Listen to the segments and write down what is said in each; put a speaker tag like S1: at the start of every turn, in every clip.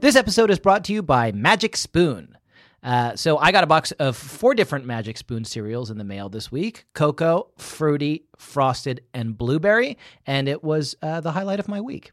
S1: This episode is brought to you by Magic Spoon. Uh, so I got a box of four different Magic Spoon cereals in the mail this week: cocoa, fruity, frosted, and blueberry. And it was uh, the highlight of my week.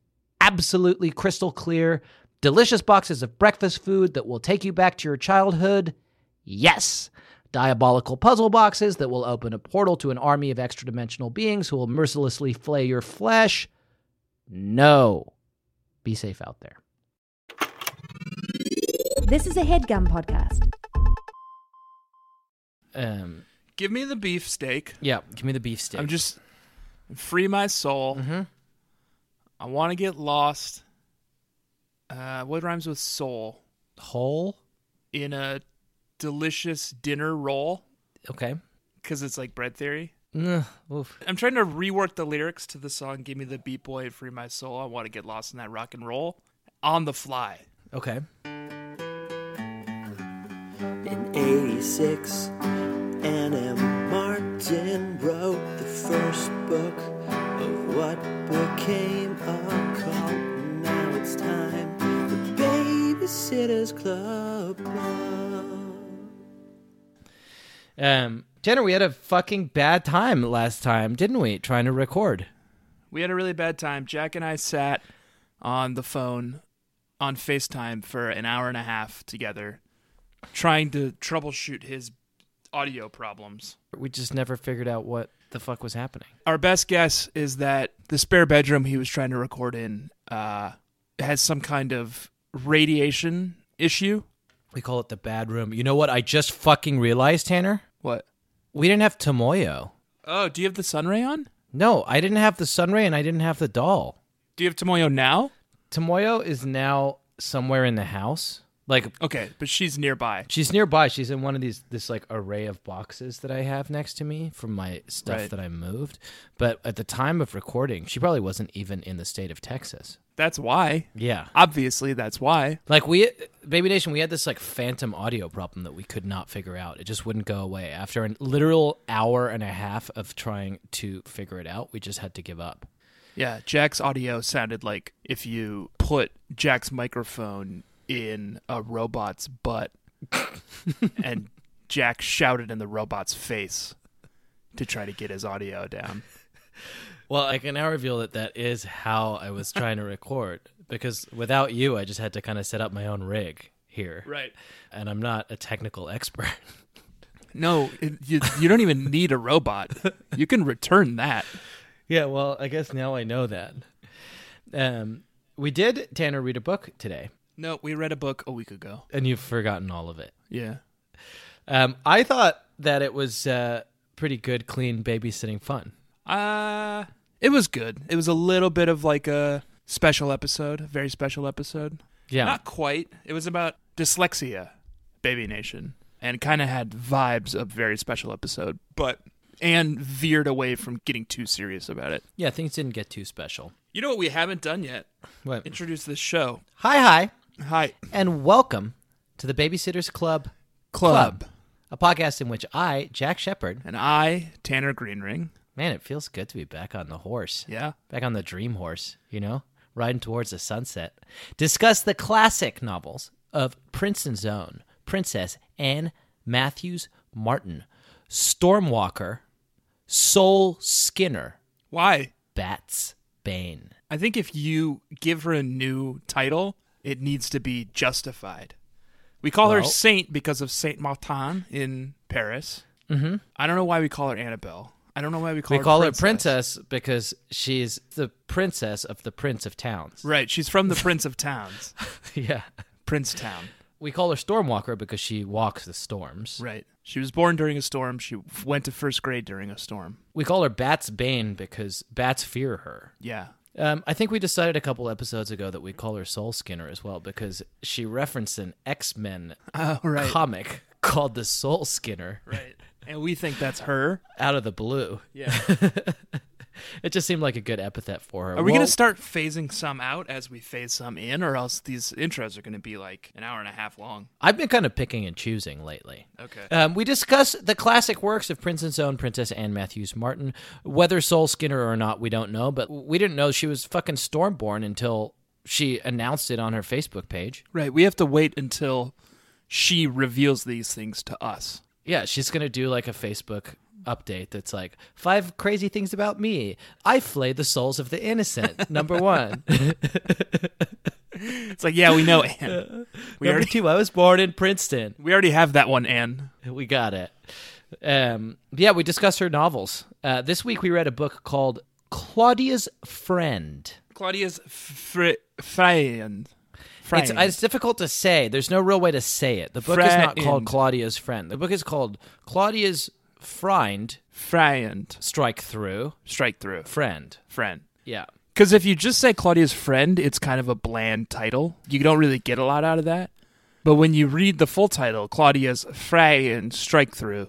S1: absolutely crystal clear, delicious boxes of breakfast food that will take you back to your childhood. Yes. Diabolical puzzle boxes that will open a portal to an army of extra dimensional beings who will mercilessly flay your flesh. No. Be safe out there.
S2: This is a headgum podcast.
S1: Um,
S3: Give me the beef steak.
S1: yeah, give me the beef steak. Mm-hmm.
S3: I'm just free my soul. I want to get lost. Uh, what rhymes with soul?
S1: whole.
S3: In a delicious dinner roll
S1: Okay.
S3: because it's like bread theory.
S1: Mm, oof.
S3: I'm trying to rework the lyrics to the song "Give Me the Beat Boy, Free My Soul." I want to get lost in that rock and roll on the fly.
S1: Okay.
S4: In 86, Anna Martin wrote the first book of what became a cult. Now it's time for Babysitter's Club.
S1: Um, Jenner, we had a fucking bad time last time, didn't we? Trying to record.
S3: We had a really bad time. Jack and I sat on the phone on FaceTime for an hour and a half together, trying to troubleshoot his audio problems.
S1: We just never figured out what the fuck was happening.
S3: Our best guess is that the spare bedroom he was trying to record in uh, has some kind of radiation issue.
S1: We call it the bad room. You know what? I just fucking realized, Tanner.
S3: What?
S1: We didn't have Tomoyo.
S3: Oh, do you have the sunray on?
S1: No, I didn't have the sunray and I didn't have the doll.
S3: Do you have Tomoyo now?
S1: Tomoyo is now somewhere in the house. Like
S3: Okay, but she's nearby.
S1: she's nearby. She's in one of these this like array of boxes that I have next to me from my stuff
S3: Right.
S1: that I moved. But at the time of recording, she probably wasn't even in the state of Texas.
S3: That's why.
S1: Yeah.
S3: Obviously, that's why.
S1: Like we Baby Nation, we had this like phantom audio problem that we could not figure out. It just wouldn't go away. After an literal hour and a half of trying to figure it out, we just had to give up.
S3: Yeah, Jack's audio sounded like if you put Jack's microphone in a robot's butt and Jack shouted in the robot's face to try to get his audio down.
S1: Well, I can now reveal that that is how I was trying to record because without you, I just had to kind of set up my own rig here.
S3: Right.
S1: And I'm not a technical expert.
S3: No, it, you, you don't even need a robot. You can return that.
S1: yeah, well, I guess now I know that. Um, we did Tanner read a book today.
S3: No, we read a book a week ago.
S1: and you've forgotten all of it.
S3: Yeah.
S1: Um, I thought that it was uh, pretty good, clean babysitting fun.
S3: Uh it was good. It was a little bit of like a special episode, a very special episode.
S1: Yeah,
S3: Not quite. It was about dyslexia, Baby Nation, and kind of had vibes of very special episode, but and veered away from getting too serious about it.
S1: yeah, things didn't get too special.
S3: You know what we haven't done yet?
S1: What?
S3: Introduce this show.
S1: Hi, hi,
S3: Hi,
S1: and welcome to the Babysitters Club,
S3: Club.
S1: a podcast in which I, Jack Shepard,
S3: And I, Tanner Greenring.
S1: man, it feels good to be back on the horse.
S3: Yeah.
S1: back on the dream horse, you know, riding towards the sunset, discuss the classic novels of Princeton's own Princess Anne Matthews Martin, Stormwalker, Soul Skinner,
S3: Why?
S1: Bats Bane.
S3: I think if you give her a new title, it needs to be justified. We call her
S1: Well-
S3: Saint because of Saint Martin in Paris. Mm-hmm. I don't know why we call her Annabelle. I don't know why we call
S1: We
S3: her
S1: call
S3: princess.
S1: her princess because she's the princess of the Prince of Towns.
S3: Right, she's from the Prince of Towns,
S1: yeah.
S3: Prince Town.
S1: We call her Stormwalker because she walks the storms.
S3: Right. She was born during a storm. She went to first grade during a storm.
S1: We call her Bats Bane because bats fear her.
S3: Yeah.
S1: Um, I think we decided a couple episodes ago that we call her Soul Skinner as well because she referenced an X Men
S3: Oh, right.
S1: comic called the Soul Skinner
S3: right. And we think that's her.
S1: out of the blue.
S3: Yeah.
S1: It just seemed like a good epithet for her.
S3: Are we
S1: Well,
S3: going to start phasing some out as we phase some in, or else these intros are going to be like an hour and a half long?
S1: I've been kind of picking and choosing lately.
S3: Okay.
S1: Um, we discuss the classic works of Princeton's own Princess Anne Matthews Martin. Whether Soul Skinner or not, we don't know, but we didn't know she was fucking Stormborn until she announced it on her Facebook page.
S3: Right. We have to wait until she reveals these things to us.
S1: Yeah, she's gonna do like a Facebook update that's like five crazy things about me. I flay the souls of the innocent. Number one.
S3: It's like, yeah, we know Anne. We
S1: Number
S3: already
S1: two, I was born in Princeton.
S3: we already have that one, Anne.
S1: We got it. Um, yeah, we discussed her novels. Uh, this week we read a book called Claudia's Friend.
S3: Claudia's fri- friend. Friend.
S1: It's, it's difficult to say. There's no real way to say it. The book is not called
S3: Friend.
S1: Claudia's Friend. The book is called Claudia's Friend,
S3: friend.
S1: Strike Through,
S3: Strike through.
S1: Friend.
S3: Friend.
S1: Yeah.
S3: Because if you just say Claudia's friend, it's kind of a bland title. You don't really get a lot out of that. But when you read the full title, Claudia's friend strike through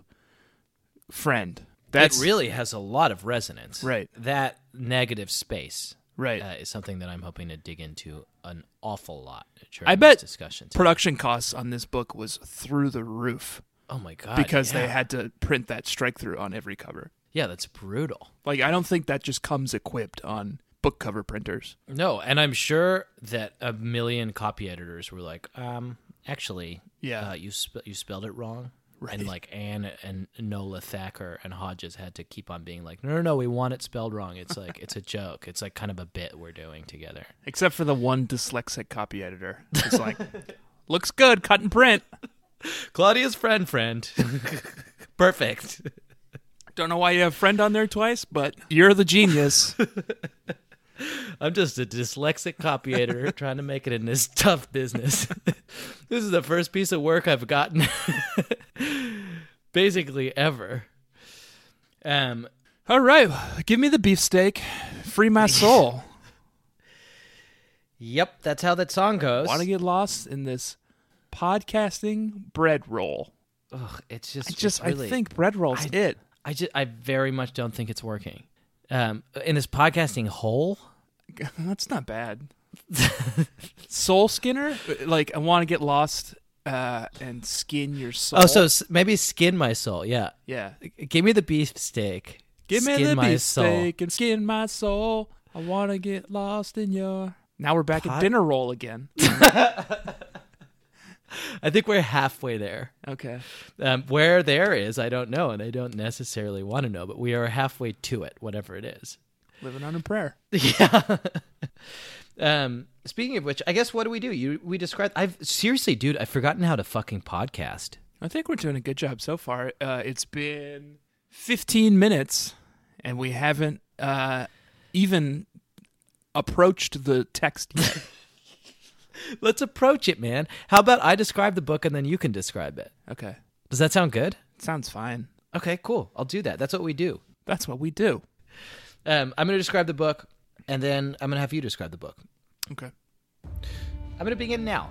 S3: friend. That's
S1: it really has a lot of resonance.
S3: Right.
S1: That negative space
S3: right.
S1: uh, is something that I'm hoping to dig into an awful lot during
S3: I
S1: this
S3: bet
S1: discussion. today.
S3: production costs on this book was through the roof.
S1: oh my god!
S3: because
S1: yeah.
S3: they had to print that strike through on every cover.
S1: yeah, that's brutal.
S3: Like I don't think that just comes equipped on book cover printers.
S1: No, and I'm sure that a million copy editors were like, um, actually,
S3: Yeah.
S1: uh, you sp- you spelled it wrong.
S3: Right.
S1: And like Anne and Nola Thacker and Hodges had to keep on being like, no, no, no, we want it spelled wrong. It's like it's a joke. It's like kind of a bit we're doing together.
S3: Except for the one dyslexic copy editor. It's like looks good, cut and print.
S1: Claudia's friend, friend, perfect.
S3: Don't know why you have friend on there twice, but you're the genius.
S1: I'm just a dyslexic copy editor trying to make it in this tough business. this is the first piece of work I've gotten basically ever. Um
S3: All right, give me the beefsteak. Free my soul.
S1: yep, that's how that song goes.
S3: Want to get lost in this podcasting bread roll?
S1: Ugh, it's just
S3: I just
S1: it's really,
S3: I think bread rolls it.
S1: I just I very much don't think it's working. Um in this podcasting hole,
S3: That's not bad. soul Skinner, like I want to get lost uh, and skin your soul.
S1: Oh, so s- maybe skin my soul. Yeah.
S3: yeah,
S1: Give me the beefsteak.
S3: give me
S1: Skin
S3: the
S1: my
S3: beefsteak and skin my soul. I want to get lost in your. Now we're back at
S1: Pot-
S3: dinner roll again.
S1: Soul. I think we're halfway there.
S3: Okay,
S1: Um, where there is, I don't know, and I don't necessarily want to know, but we are halfway to it, whatever it is.
S3: living on a prayer.
S1: Yeah. um, speaking of which, I guess what do we do? You we describe. I've seriously, dude, I've forgotten how to fucking podcast.
S3: I think we're doing a good job so far. Uh, it's been 15 minutes, and we haven't uh, even approached the text yet.
S1: Let's approach it, man. How about I describe the book and then you can describe it?
S3: Okay.
S1: Does that sound good?
S3: Sounds fine.
S1: Okay, cool. I'll do that. That's what we do.
S3: That's what we do.
S1: Um, I'm going to describe the book and then I'm going to have you describe the book.
S3: Okay.
S1: I'm going to begin now.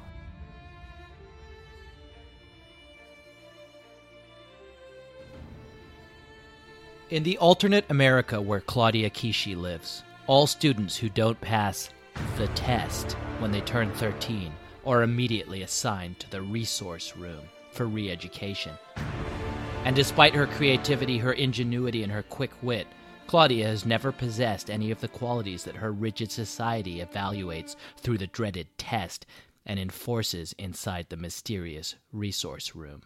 S1: In the alternate America where Claudia Kishi lives, all students who don't pass the test when they turn 13 are immediately assigned to the resource room for re education. And despite her creativity, her ingenuity, and her quick wit, Claudia has never possessed any of the qualities that her rigid society evaluates through the dreaded test and enforces inside the mysterious resource room.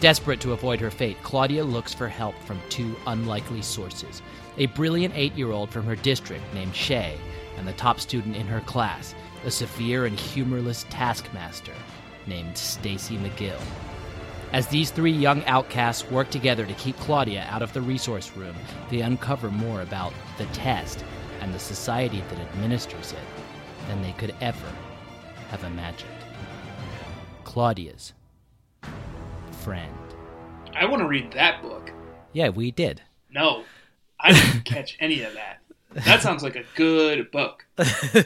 S1: Desperate to avoid her fate, Claudia looks for help from two unlikely sources a brilliant eight year old from her district named Shay, and the top student in her class, a severe and humorless taskmaster named Stacy McGill. As these three young outcasts work together to keep Claudia out of the resource room, they uncover more about the test and the society that administers it than they could ever have imagined. Claudia's friend.
S5: I want to read that book.
S1: Yeah, we did.
S5: No, I didn't catch any of that. That sounds like a good book.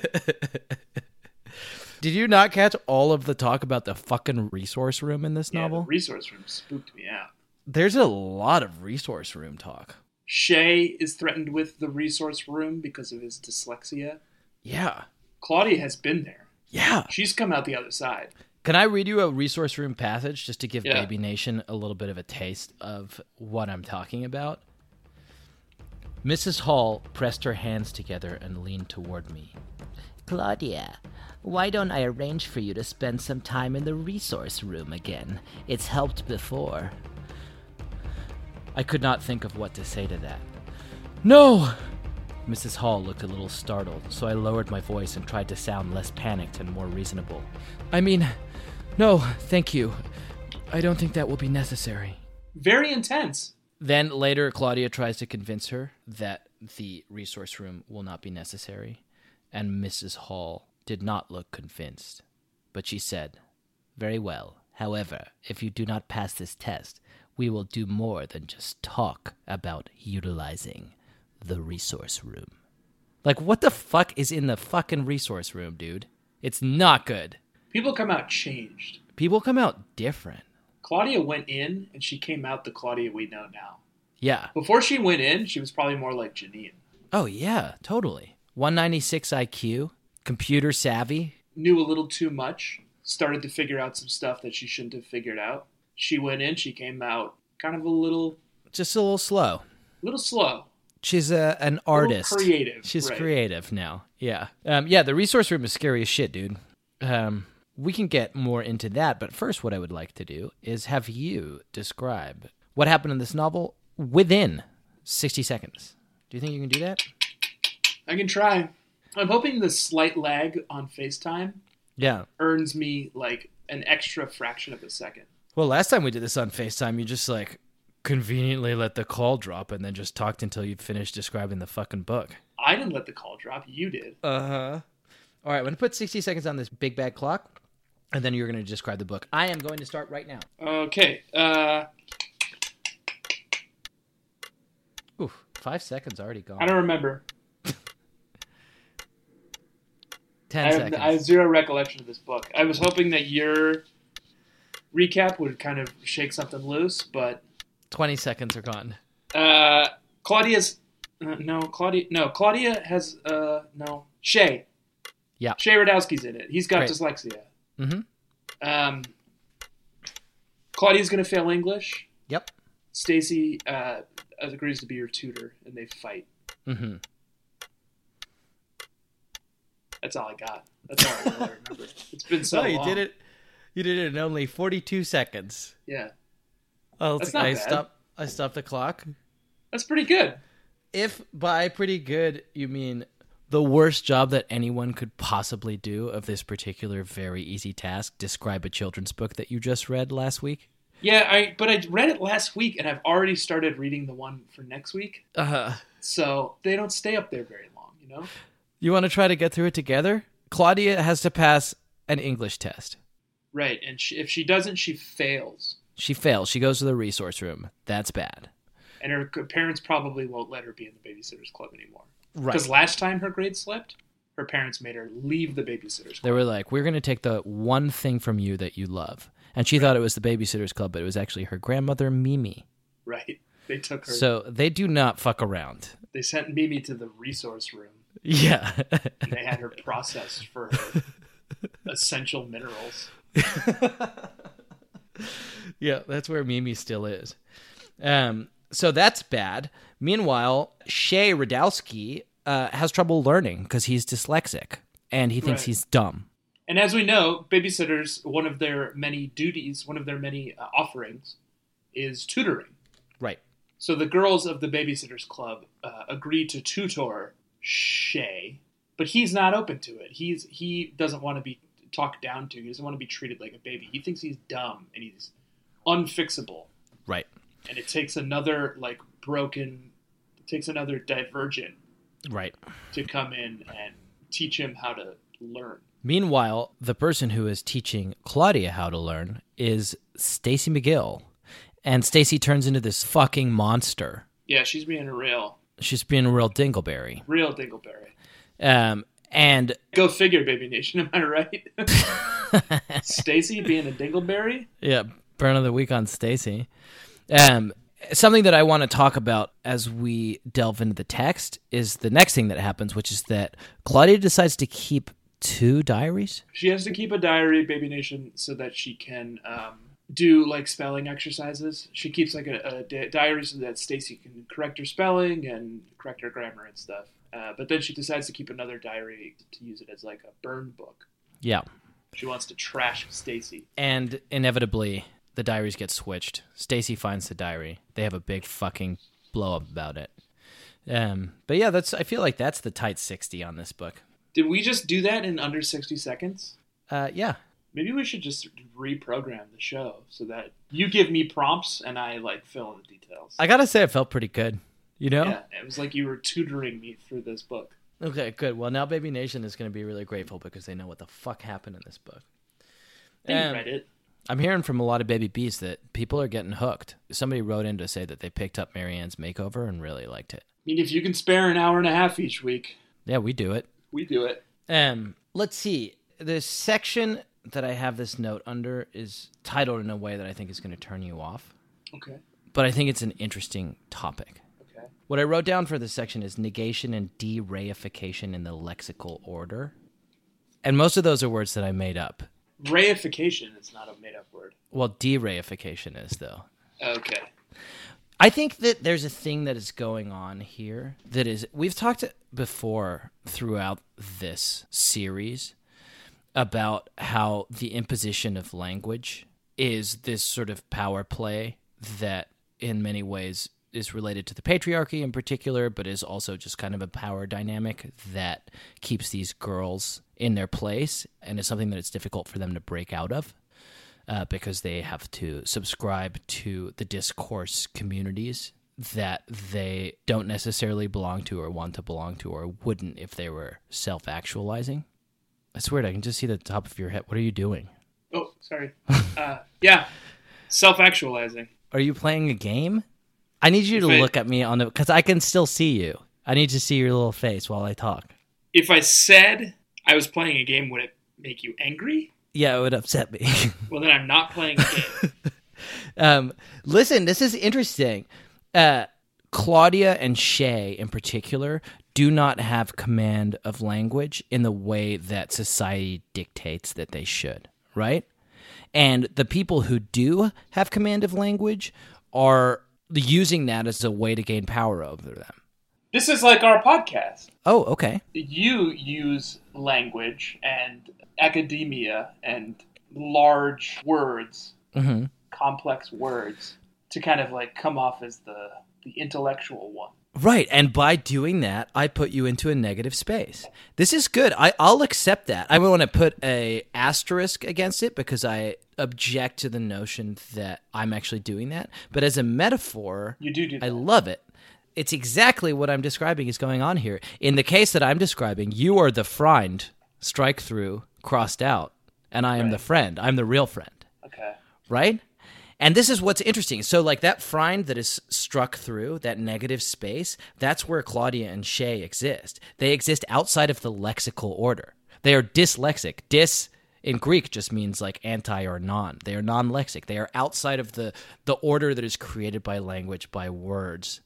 S1: Did you not catch all of the talk about the fucking resource room in this
S5: Yeah, the
S1: novel?
S5: resource room spooked me out.
S1: There's a lot of resource room talk.
S5: Shay is threatened with the resource room because of his dyslexia.
S1: Yeah.
S5: Claudia has been there.
S1: Yeah.
S5: She's come out the other side.
S1: Can I read you a resource room passage just to give
S5: Yeah.
S1: Baby Nation a little bit of a taste of what I'm talking about? Mrs. Hall pressed her hands together and leaned toward me. Claudia, why don't I arrange for you to spend some time in the resource room again? It's helped before. I could not think of what to say to that. No! Mrs. Hall looked a little startled, so I lowered my voice and tried to sound less panicked and more reasonable. I mean, no, thank you. I don't think that will be necessary.
S5: Very intense.
S1: Then later, Claudia tries to convince her that the resource room will not be necessary, and Mrs. Hall did not look convinced. But she said, Very well. However, if you do not pass this test, we will do more than just talk about utilizing the resource room. Like, what the fuck is in the fucking resource room, dude? It's not good.
S5: People come out changed.
S1: People come out different.
S5: Claudia went in and she came out the Claudia we know now.
S1: Yeah.
S5: Before she went in, she was probably more like Janine.
S1: Oh yeah, totally. 196 IQ, computer savvy.
S5: Knew a little too much, started to figure out some stuff that she shouldn't have figured out. She went in, she came out kind of a little
S1: Just a little slow.
S5: little slow.
S1: She's a, an artist.
S5: creative,
S1: She's
S5: right.
S1: creative now. Yeah. Um, yeah, the resource room is scary as shit, dude. Um, we can get more into that, but first, what I would like to do is have you describe what happened in this novel within 60 seconds. Do you think you can do that?
S5: I can try. I'm hoping the slight lag on FaceTime
S1: Yeah.
S5: earns me like an extra fraction of a second.
S1: Well, last time we did this on FaceTime, you just like conveniently let the call drop and then just talked until you finished describing the fucking book.
S5: I didn't let the call drop, you did.
S1: Uh huh. All right, I'm going to put 60 seconds on this big bad clock, and then you're going to describe the book. I am going to start right now.
S5: Okay. Uh
S1: Oof, five seconds already gone.
S5: I don't remember.
S1: Ten
S5: I have,
S1: seconds.
S5: I have zero recollection of this book. I was hoping that your recap would kind of shake something loose, but
S1: 20 seconds are gone.
S5: uh, Claudia's uh, no Claudia no Claudia has uh, no Shay.
S1: Yeah.
S5: Shay Radowski's in it. He's got
S1: Great.
S5: dyslexia.
S1: Mm-hmm.
S5: Um, Claudia's gonna fail English.
S1: Yep.
S5: Stacy uh, agrees to be your tutor, and they fight.
S1: Mm-hmm.
S5: That's all I got. That's all I really remember. It's been so
S1: oh, you
S5: long.
S1: did it. You did it in only 42 seconds.
S5: Yeah,
S1: Oh,
S5: That's not
S1: I
S5: bad.
S1: stopped. I stopped the clock.
S5: that's pretty good.
S1: If by pretty good you mean the worst job that anyone could possibly do of this particular very easy task, describe a children's book that you just read last week.
S5: Yeah, I but I read it last week, and I've already started reading the one for next week.
S1: Uh huh.
S5: So they don't stay up there very long, you know.
S1: You want to try to get through it together? Claudia has to pass an English test.
S5: Right, and she, if she doesn't, she fails,
S1: She fails. She goes to the resource room. That's bad.
S5: and her c- parents probably won't let her be in the babysitters club anymore.
S1: Right.
S5: Because last time her grade slipped, her parents made her leave the babysitters
S1: They
S5: club.
S1: were like, "We're going to take the one thing from you that you love," and she thought it was the Babysitters Club, but it was actually her grandmother Mimi.
S5: Right. They took her.
S1: So they do not fuck around.
S5: they sent Mimi to the resource room.
S1: Yeah,
S5: And they had her processed for her essential minerals.
S1: yeah, that's where Mimi still is. Um, so that's bad. Meanwhile, Shay Radowski uh, has trouble learning because he's dyslexic and he thinks
S5: Right.
S1: he's dumb.
S5: And as we know, babysitters, one of their many duties, one of their many uh, offerings, is tutoring.
S1: Right.
S5: So the girls of the Babysitters Club uh, agree to tutor Shay, but he's not open to it. He's he doesn't want to be talked down to. He doesn't want to be treated like a baby. He thinks he's dumb and he's unfixable.
S1: Right.
S5: And it takes another like broken, it takes another divergent
S1: Right.
S5: to come in and teach him how to learn.
S1: Meanwhile, the person who is teaching Claudia how to learn is Stacy McGill, and Stacy turns into this fucking monster.
S5: Yeah, she's being a real,
S1: She's being a real dingleberry.
S5: real dingleberry.
S1: Um, and
S5: Go figure, Baby Nation. Am I right? Stacy being a dingleberry.
S1: Yeah, burn of the week on Stacy. Um, something that I want to talk about as we delve into the text is the next thing that happens, which is that Claudia decides to keep two diaries.
S5: She has to keep a diary, Baby Nation, so that she can um, do like spelling exercises. She keeps like a, a di- diary so that Stacy can correct her spelling and correct her grammar and stuff. Uh, but then she decides to keep another diary to use it as like a burn book.
S1: Yeah,
S5: She wants to trash Stacy.
S1: and inevitably the diaries get switched. Stacy finds the diary. They have a big fucking blow up about it. Um, but yeah, that's I feel like that's the tight sixty on this book.
S5: Did we just do that in under sixty seconds?
S1: Uh, yeah,
S5: Maybe we should just reprogram the show so that you give me prompts and I like fill in the details.
S1: I gotta say it felt pretty good. You know.
S5: yeah, it was like you were tutoring me through this book.
S1: Okay, good. Well, now Baby Nation is going to be really grateful because they know what the fuck happened in this book.
S5: They
S1: Um,
S5: read it.
S1: I'm hearing from a lot of baby bees that people are getting hooked. Somebody wrote in to say that they picked up Marianne's makeover and really liked it.
S5: I mean, if you can spare an hour and a half each week,
S1: Yeah, we do it.
S5: we do it.
S1: Um, let's see. The section that I have this note under is titled in a way that I think is going to turn you off,
S5: Okay.
S1: but I think it's an interesting topic.
S5: Okay.
S1: What I wrote down for this section is negation and de-reification in the lexical order. And most of those are words that I made up.
S5: Reification is not a made up word.
S1: Well, de-reification is though.
S5: Okay.
S1: I think that there's a thing that is going on here that is we've talked before throughout this series about how the imposition of language is this sort of power play that in many ways is related to the patriarchy in particular but is also just kind of a power dynamic that keeps these girls in their place and is something that it's difficult for them to break out of uh, because they have to subscribe to the discourse communities that they don't necessarily belong to or want to belong to or wouldn't if they were self actualizing. That's weird. I can just see the top of your head. What are you doing?
S5: Oh, sorry. Uh, yeah. Self actualizing.
S1: Are you playing a game? I need you to
S5: If I-
S1: look at me on the because I can still see you. I need to see your little face while I talk.
S5: If I said I was playing a game, would it make you angry?
S1: Yeah, it would upset me.
S5: Well, then I'm not playing a game.
S1: um, listen, this is interesting. Uh, Claudia and Shay, in particular, do not have command of language in the way that society dictates that they should, right? And the people who do have command of language are using that as a way to gain power over them.
S5: this is like our podcast.
S1: Oh, okay.
S5: You use language and academia and large words,
S1: hmm
S5: complex words, to kind of like come off as the, the intellectual one.
S1: Right, and by doing that, I put you into a negative space. This is good. I, I'll accept that. I want to put a asterisk against it because I object to the notion that I'm actually doing that. But as a metaphor,
S5: You do do
S1: I
S5: that.
S1: love it. It's exactly what I'm describing is going on here. In the case that I'm describing, you are the friend, strike through, crossed out, and I am the friend. I'm the real friend,
S5: Okay.
S1: right? And this is what's interesting. So, like that frind that is struck through that negative space, that's where Claudia and Shay exist. They exist outside of the lexical order. They are dyslexic. Dis in Greek just means like anti or non. They are non-lexic. They are outside of the the order that is created by language by words.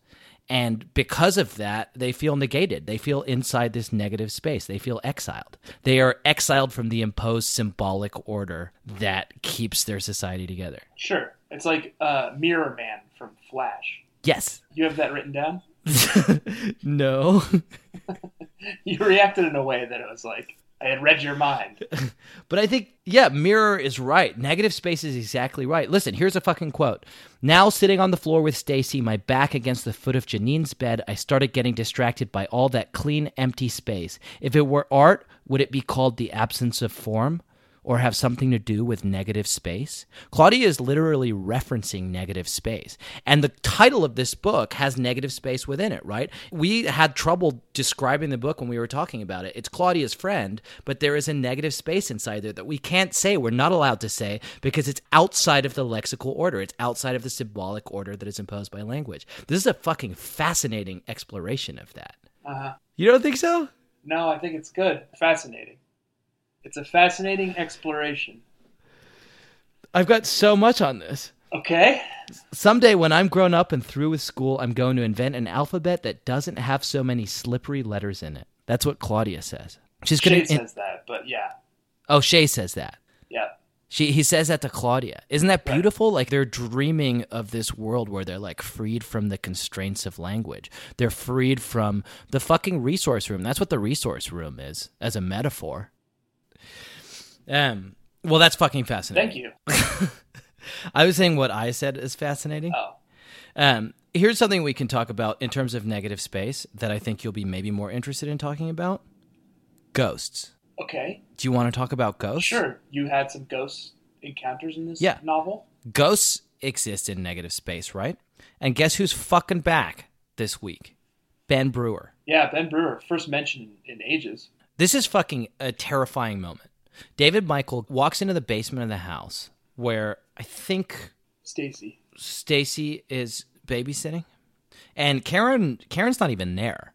S1: And because of that, they feel negated. They feel inside this negative space. They feel exiled. They are exiled from the imposed symbolic order that keeps their society together.
S5: Sure. It's like uh, Mirror Man from Flash.
S1: Yes.
S5: You have that written down?
S1: no.
S5: You reacted in a way that it was like, I had read your mind.
S1: But I think, yeah, Mirror is right. Negative space is exactly right. Listen, here's a fucking quote. Now, sitting on the floor with Stacy, my back against the foot of Janine's bed, I started getting distracted by all that clean, empty space. If it were art, would it be called the absence of form? Or have something to do with negative space? Claudia is literally referencing negative space. And the title of this book has negative space within it, right? We had trouble describing the book when we were talking about it. It's Claudia's friend, but there is a negative space inside there that we can't say, we're not allowed to say, because it's outside of the lexical order. It's outside of the symbolic order that is imposed by language. This is a fucking fascinating exploration of that.
S5: Uh-huh.
S1: You don't think so?
S5: No, I think it's good. Fascinating. It's a fascinating exploration.
S1: I've got so much on this.
S5: Okay.
S1: Someday, when I'm grown up and through with school, I'm going to invent an alphabet that doesn't have so many slippery letters in it. That's what Claudia says. She's gonna.
S5: Shay
S1: in-
S5: says that, but yeah.
S1: oh, Shay says that.
S5: Yeah.
S1: She he says that to Claudia. Isn't that beautiful? Like they're dreaming of this world where they're like freed from the constraints of language. They're freed from the fucking resource room. That's what the resource room is as a metaphor. Um. Well, that's fucking fascinating.
S5: Thank you.
S1: I was saying what I said is fascinating.
S5: Oh.
S1: Um, here's something we can talk about in terms of negative space that I think you'll be maybe more interested in talking about ghosts.
S5: Okay.
S1: Do you want to talk about ghosts?
S5: Sure. You had some ghost encounters in this
S1: Yeah.
S5: novel?
S1: Ghosts exist in negative space, right? And guess who's fucking back this week? Ben Brewer.
S5: Yeah, Ben Brewer, first mention in ages.
S1: This is fucking a terrifying moment. David Michael walks into the basement of the house where I think
S5: Stacy.
S1: Stacy is babysitting. And Karen Karen's not even there.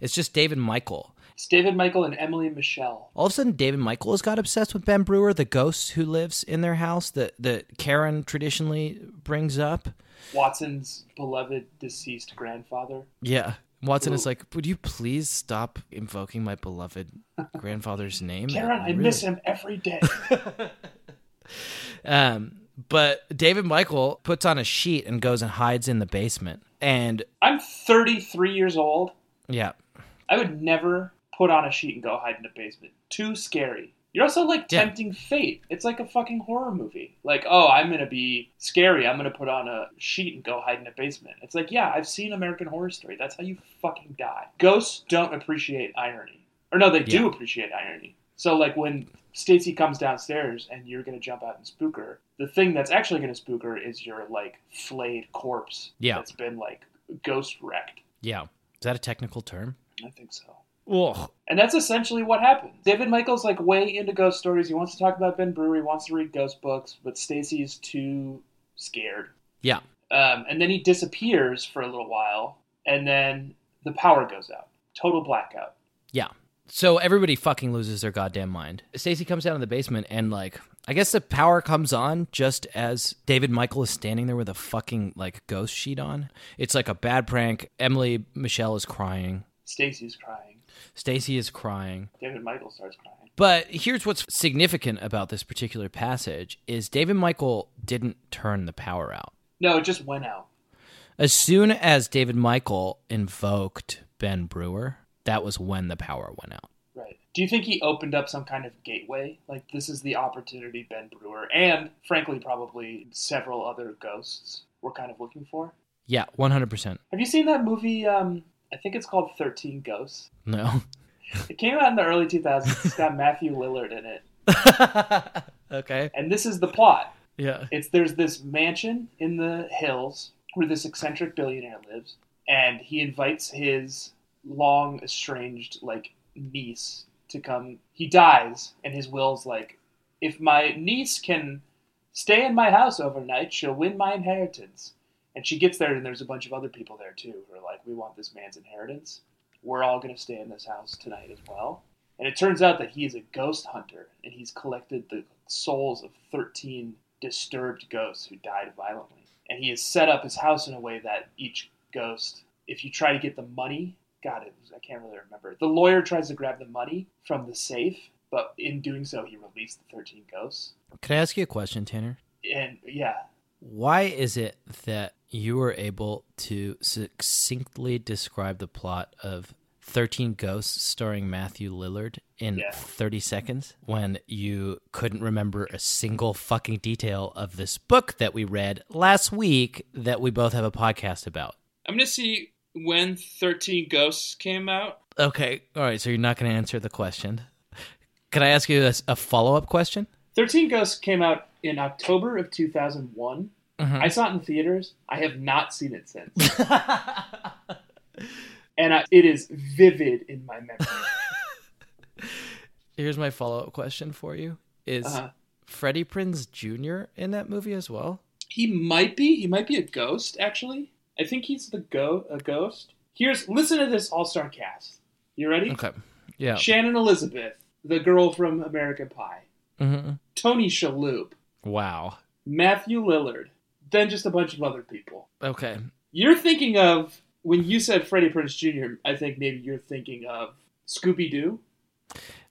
S1: It's just David Michael.
S5: It's David Michael and Emily Michelle.
S1: All of a sudden, David Michael has got obsessed with Ben Brewer, the ghost who lives in their house that, that Karen traditionally brings up.
S5: Watson's beloved deceased grandfather.
S1: Yeah. Watson is like, Would you please stop invoking my beloved grandfather's name?
S5: Karen, I
S1: Really-
S5: miss him every day.
S1: Um, but David Michael puts on a sheet and goes and hides in the basement. And
S5: I'm 33 years old.
S1: yeah,
S5: I would never put on a sheet and go hide in a basement. Too scary. You're also like
S1: Yeah.
S5: tempting fate. It's like a fucking horror movie. Like, oh, I'm gonna be scary. I'm gonna put on a sheet and go hide in a basement. It's like, yeah, I've seen American Horror Story. That's how you fucking die. Ghosts don't appreciate irony, or no, they do
S1: Yeah.
S5: appreciate irony. So like when Stacy comes downstairs and you're gonna jump out and spook her, the thing that's actually gonna spook her is your like flayed corpse
S1: Yeah.
S5: that's been like ghost wrecked.
S1: yeah. Is that a technical term?
S5: I think so.
S1: Ugh.
S5: And that's essentially what happened. David Michael's like way into ghost stories. He wants to talk about Ben Brewer. He wants to read ghost books, but Stacy's too scared.
S1: Yeah.
S5: Um, and then he disappears for a little while, and then the power goes out. Total blackout.
S1: Yeah. So everybody fucking loses their goddamn mind. Stacy comes down to the basement and like I guess the power comes on just as David Michael is standing there with a fucking like ghost sheet on. It's like a bad prank. Emily Michelle is crying.
S5: Stacy's crying.
S1: Stacy is crying.
S5: David Michael starts crying.
S1: But here's what's significant about this particular passage is David Michael didn't turn the power out.
S5: No, it just went out.
S1: As soon as David Michael invoked Ben Brewer, that was when the power went out.
S5: Right. Do you think he opened up some kind of gateway? Like, this is the opportunity Ben Brewer and, frankly, probably several other ghosts were kind of looking for?
S1: Yeah, 100%.
S5: Have you seen that movie? Um, I think it's called 13 Ghosts.
S1: No.
S5: It came out in the early 2000s. It's got Matthew Lillard in it.
S1: okay.
S5: And this is the plot.
S1: Yeah.
S5: It's there's this mansion in the hills where this eccentric billionaire lives and he invites his long estranged like niece to come. He dies and his will's like If my niece can stay in my house overnight, she'll win my inheritance. And she gets there, and there's a bunch of other people there too who are like, we want this man's inheritance. We're all going to stay in this house tonight as well. And it turns out that he is a ghost hunter, and he's collected the souls of 13 disturbed ghosts who died violently. And he has set up his house in a way that each ghost, if you try to get the money, God, it was, I can't really remember. The lawyer tries to grab the money from the safe, but in doing so, he released the 13 ghosts.
S1: Can I ask you a question, Tanner?
S5: And yeah,
S1: Why is it that you were able to succinctly describe the plot of 13 Ghosts starring Matthew Lillard in
S5: Yeah.
S1: 30 seconds when you couldn't remember a single fucking detail of this book that we read last week that we both have a podcast about?
S6: I'm gonna see when 13 Ghosts came out.
S1: Okay. All right. So you're not going to answer the question. Can I ask you a, follow up question?
S5: 13 Ghosts came out in October of 2001.
S1: Mm-hmm.
S5: I saw it in theaters. I have not seen it since. and I, it is vivid in my memory.
S1: Here's my follow up question for you Is
S5: Uh-huh.
S1: Freddie Prinz Jr. in that movie as well?
S5: He might be. He might be a ghost, actually. I think he's the go a ghost. Here's listen to this all star cast. You ready?
S1: Okay. Yeah.
S5: Shannon Elizabeth, the girl from American Pie.
S1: hmm
S5: Tony Shalhoub,
S1: Wow.
S5: Matthew Lillard, then just a bunch of other people.
S1: Okay.
S5: You're thinking of when you said Freddie Prince Jr. I think maybe you're thinking of Scooby Doo.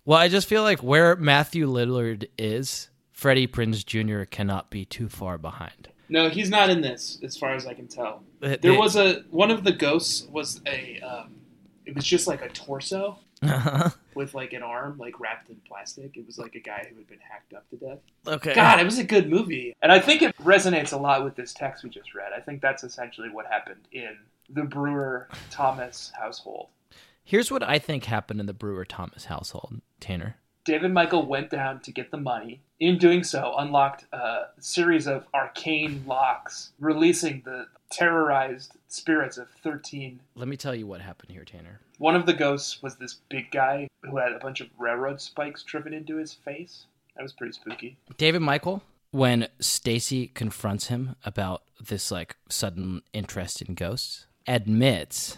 S1: Well, I just feel like where Matthew Lillard is, Freddie Prinz Jr. cannot be too far behind.
S5: No, he's not in this, as far as I can tell.
S1: Uh,
S5: There
S1: they-
S5: was a one of the ghosts was a um, it was just like a torso with like an arm like wrapped in plastic. It was like a guy who had been hacked up to death.
S1: okay.
S5: God, it was a good movie, and I think it resonates a lot with this text we just read. I think that's essentially what happened in the Brewer Thomas household.
S1: Here's what I think happened in the Brewer Thomas household, Tanner.
S5: David Michael went down to get the money. In doing so, unlocked a series of arcane locks, releasing the terrorized spirits of 13.
S1: Let me tell you what happened here, Tanner.
S5: One of the ghosts was this big guy who had a bunch of railroad spikes driven into his face. That was pretty spooky.
S1: David Michael, when Stacy confronts him about this like sudden interest in ghosts, admits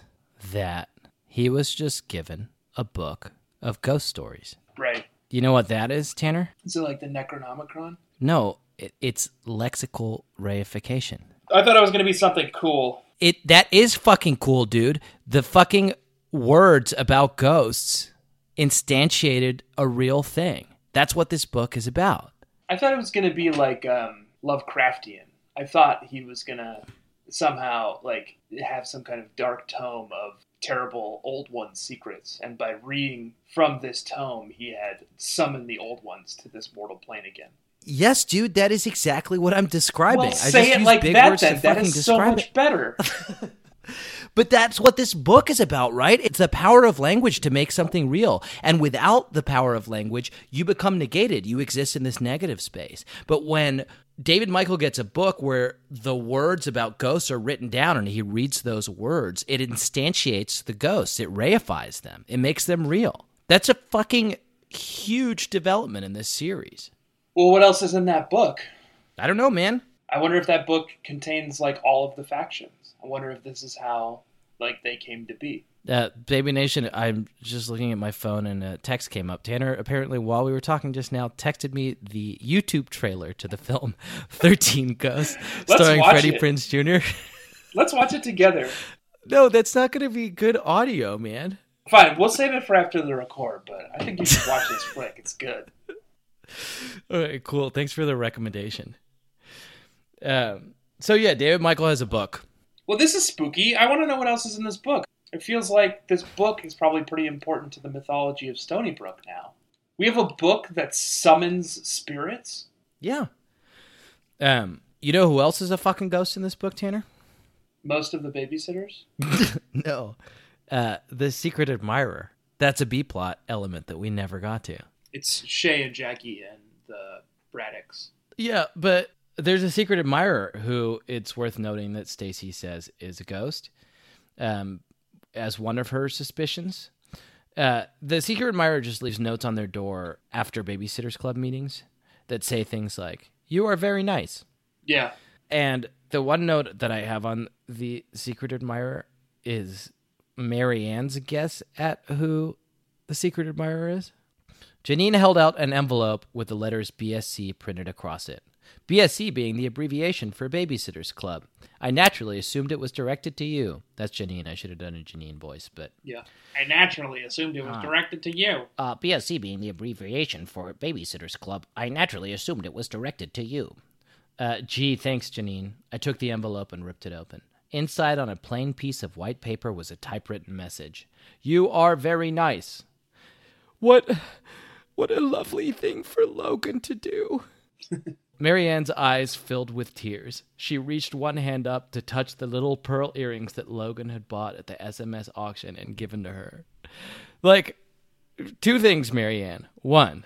S1: that he was just given a book of ghost stories.
S5: Right.
S1: You know what that is, Tanner?
S5: So, like the Necronomicon?
S1: No, it, it's lexical reification.
S5: I thought it was going to be something cool.
S1: It that is fucking cool, dude. The fucking words about ghosts instantiated a real thing. That's what this book is about.
S5: I thought it was going to be like um, Lovecraftian. I thought he was going to somehow like have some kind of dark tome of terrible old ones secrets and by reading from this tome he had summoned the old ones to this mortal plane again
S1: Yes, dude, that is exactly what I'm describing.
S5: well say it like that then that is so much better
S1: But that's what this book is about, right? It's the power of language to make something real. And without the power of language, you become negated. You exist in this negative space. But when David Michael gets a book where the words about ghosts are written down and he reads those words, it instantiates the ghosts, it reifies them, it makes them real. That's a fucking huge development in this series.
S5: well what else is in that book
S1: I don't know, man.
S5: i wonder if that book contains like all of the factions i wonder if this is how like they came to be
S1: Uh, Baby Nation, I'm just looking at my phone and a text came up. Tanner, apparently, while we were talking just now, texted me the YouTube trailer to the film 13 Ghosts,
S5: Let's
S1: starring
S5: watch
S1: Freddie
S5: it.
S1: Prince Jr.
S5: let's watch it together
S1: no, that's not going to be good audio, man.
S5: fine we'll save it for after the record but i think you should watch this flick it's good
S1: All right, cool. Thanks for the recommendation. Um, so, yeah, David Michael has a book.
S5: Well, this is spooky. I want to know what else is in this book. It feels like this book is probably pretty important to the mythology of Stony Brook now. We have a book that summons spirits.
S1: Yeah. Um, you know who else is a fucking ghost in this book, Tanner?
S5: Most of the babysitters.
S1: No. Uh, the Secret Admirer. That's a B plot element that we never got to.
S5: It's Shay and Jackie and the Braddocks.
S1: Yeah, but there's a secret admirer who it's worth noting that Stacy says is a ghost, um, as one of her suspicions. Uh, the secret admirer just leaves notes on their door after babysitters club meetings
S7: that say things like, You are very nice.
S5: Yeah.
S7: And the one note that I have on the secret admirer is Mary Ann's guess at who the secret admirer is. Janine held out an envelope with the letters BSC printed across it. BSC being the abbreviation for Babysitters Club. I naturally assumed it was directed to you. That's Janine. I should have done a Janine voice, but
S5: Yeah. I naturally assumed it was directed to you.
S7: uh, BSC being the abbreviation for Babysitters Club, I naturally assumed it was directed to you. Uh, gee, thanks, Janine. I took the envelope and ripped it open. Inside, on a plain piece of white paper, was a typewritten message You are very nice. What. What a lovely thing for Logan to do. Marianne's eyes filled with tears. She reached one hand up to touch the little pearl earrings that Logan had bought at the SMS auction and given to her. Like, two things, Marianne. One,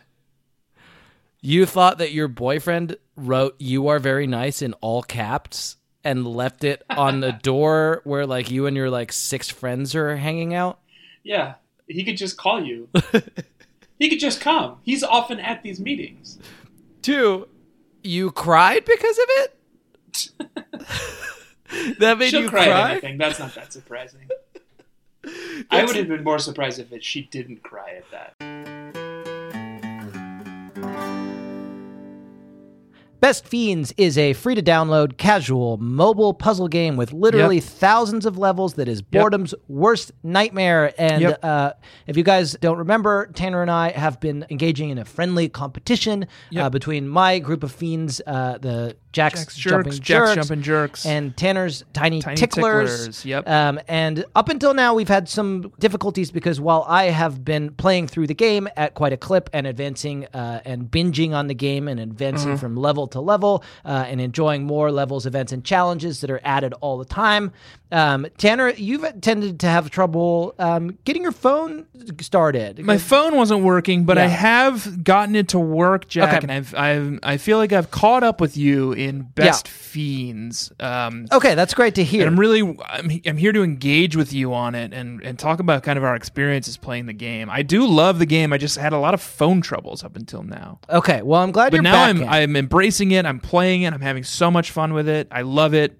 S7: you thought that your boyfriend wrote "You are very nice" in all caps and left it on the door where like you and your like six friends are hanging out.
S5: Yeah. He could just call you. he could just come. He's often at these meetings.
S7: Two, you cried because of it. that made
S5: She'll
S7: you
S5: cry,
S7: cry.
S5: at anything. That's not that surprising. I would have been more surprised if it, she didn't cry at that.
S7: Best Fiends is a free to download casual mobile puzzle game with literally
S3: Yep.
S7: thousands of levels that is boredom's worst nightmare. And
S3: Yep.
S7: uh, if you guys don't remember, Tanner and I have been engaging in a friendly competition uh,
S3: Yep.
S7: between my group of fiends, uh, the Jack's,
S3: Jack's Jerks,
S7: Jumping
S3: Jack's
S7: Jerks,
S3: Jumping Jerks.
S7: and Tanner's Tiny,
S3: Tiny
S7: Ticklers.
S3: Ticklers, yep.
S7: Um, and up until now, we've had some difficulties because while I have been playing through the game at quite a clip and advancing uh, and binging on the game and advancing
S3: Mm-hmm.
S7: from level to level uh, and enjoying more levels, events, and challenges that are added all the time, um, Tanner, you've tended to have trouble um, getting your phone started.
S3: My phone wasn't working, but I
S7: Yeah.
S3: have gotten it to work, Jack,
S7: Okay.
S3: and I've, I've I feel like I've caught up with you in Best Fiends. Um,
S7: okay, that's great to hear.
S3: and I'm really I'm, he- I'm here to engage with you on it and and talk about kind of our experiences playing the game. I do love the game. I just had a lot of phone troubles up until now.
S7: okay, well, I'm glad
S3: But
S7: you're
S3: now
S7: back
S3: I'm
S7: in.
S3: I'm embracing it. I'm playing it. I'm having so much fun with it. I love it.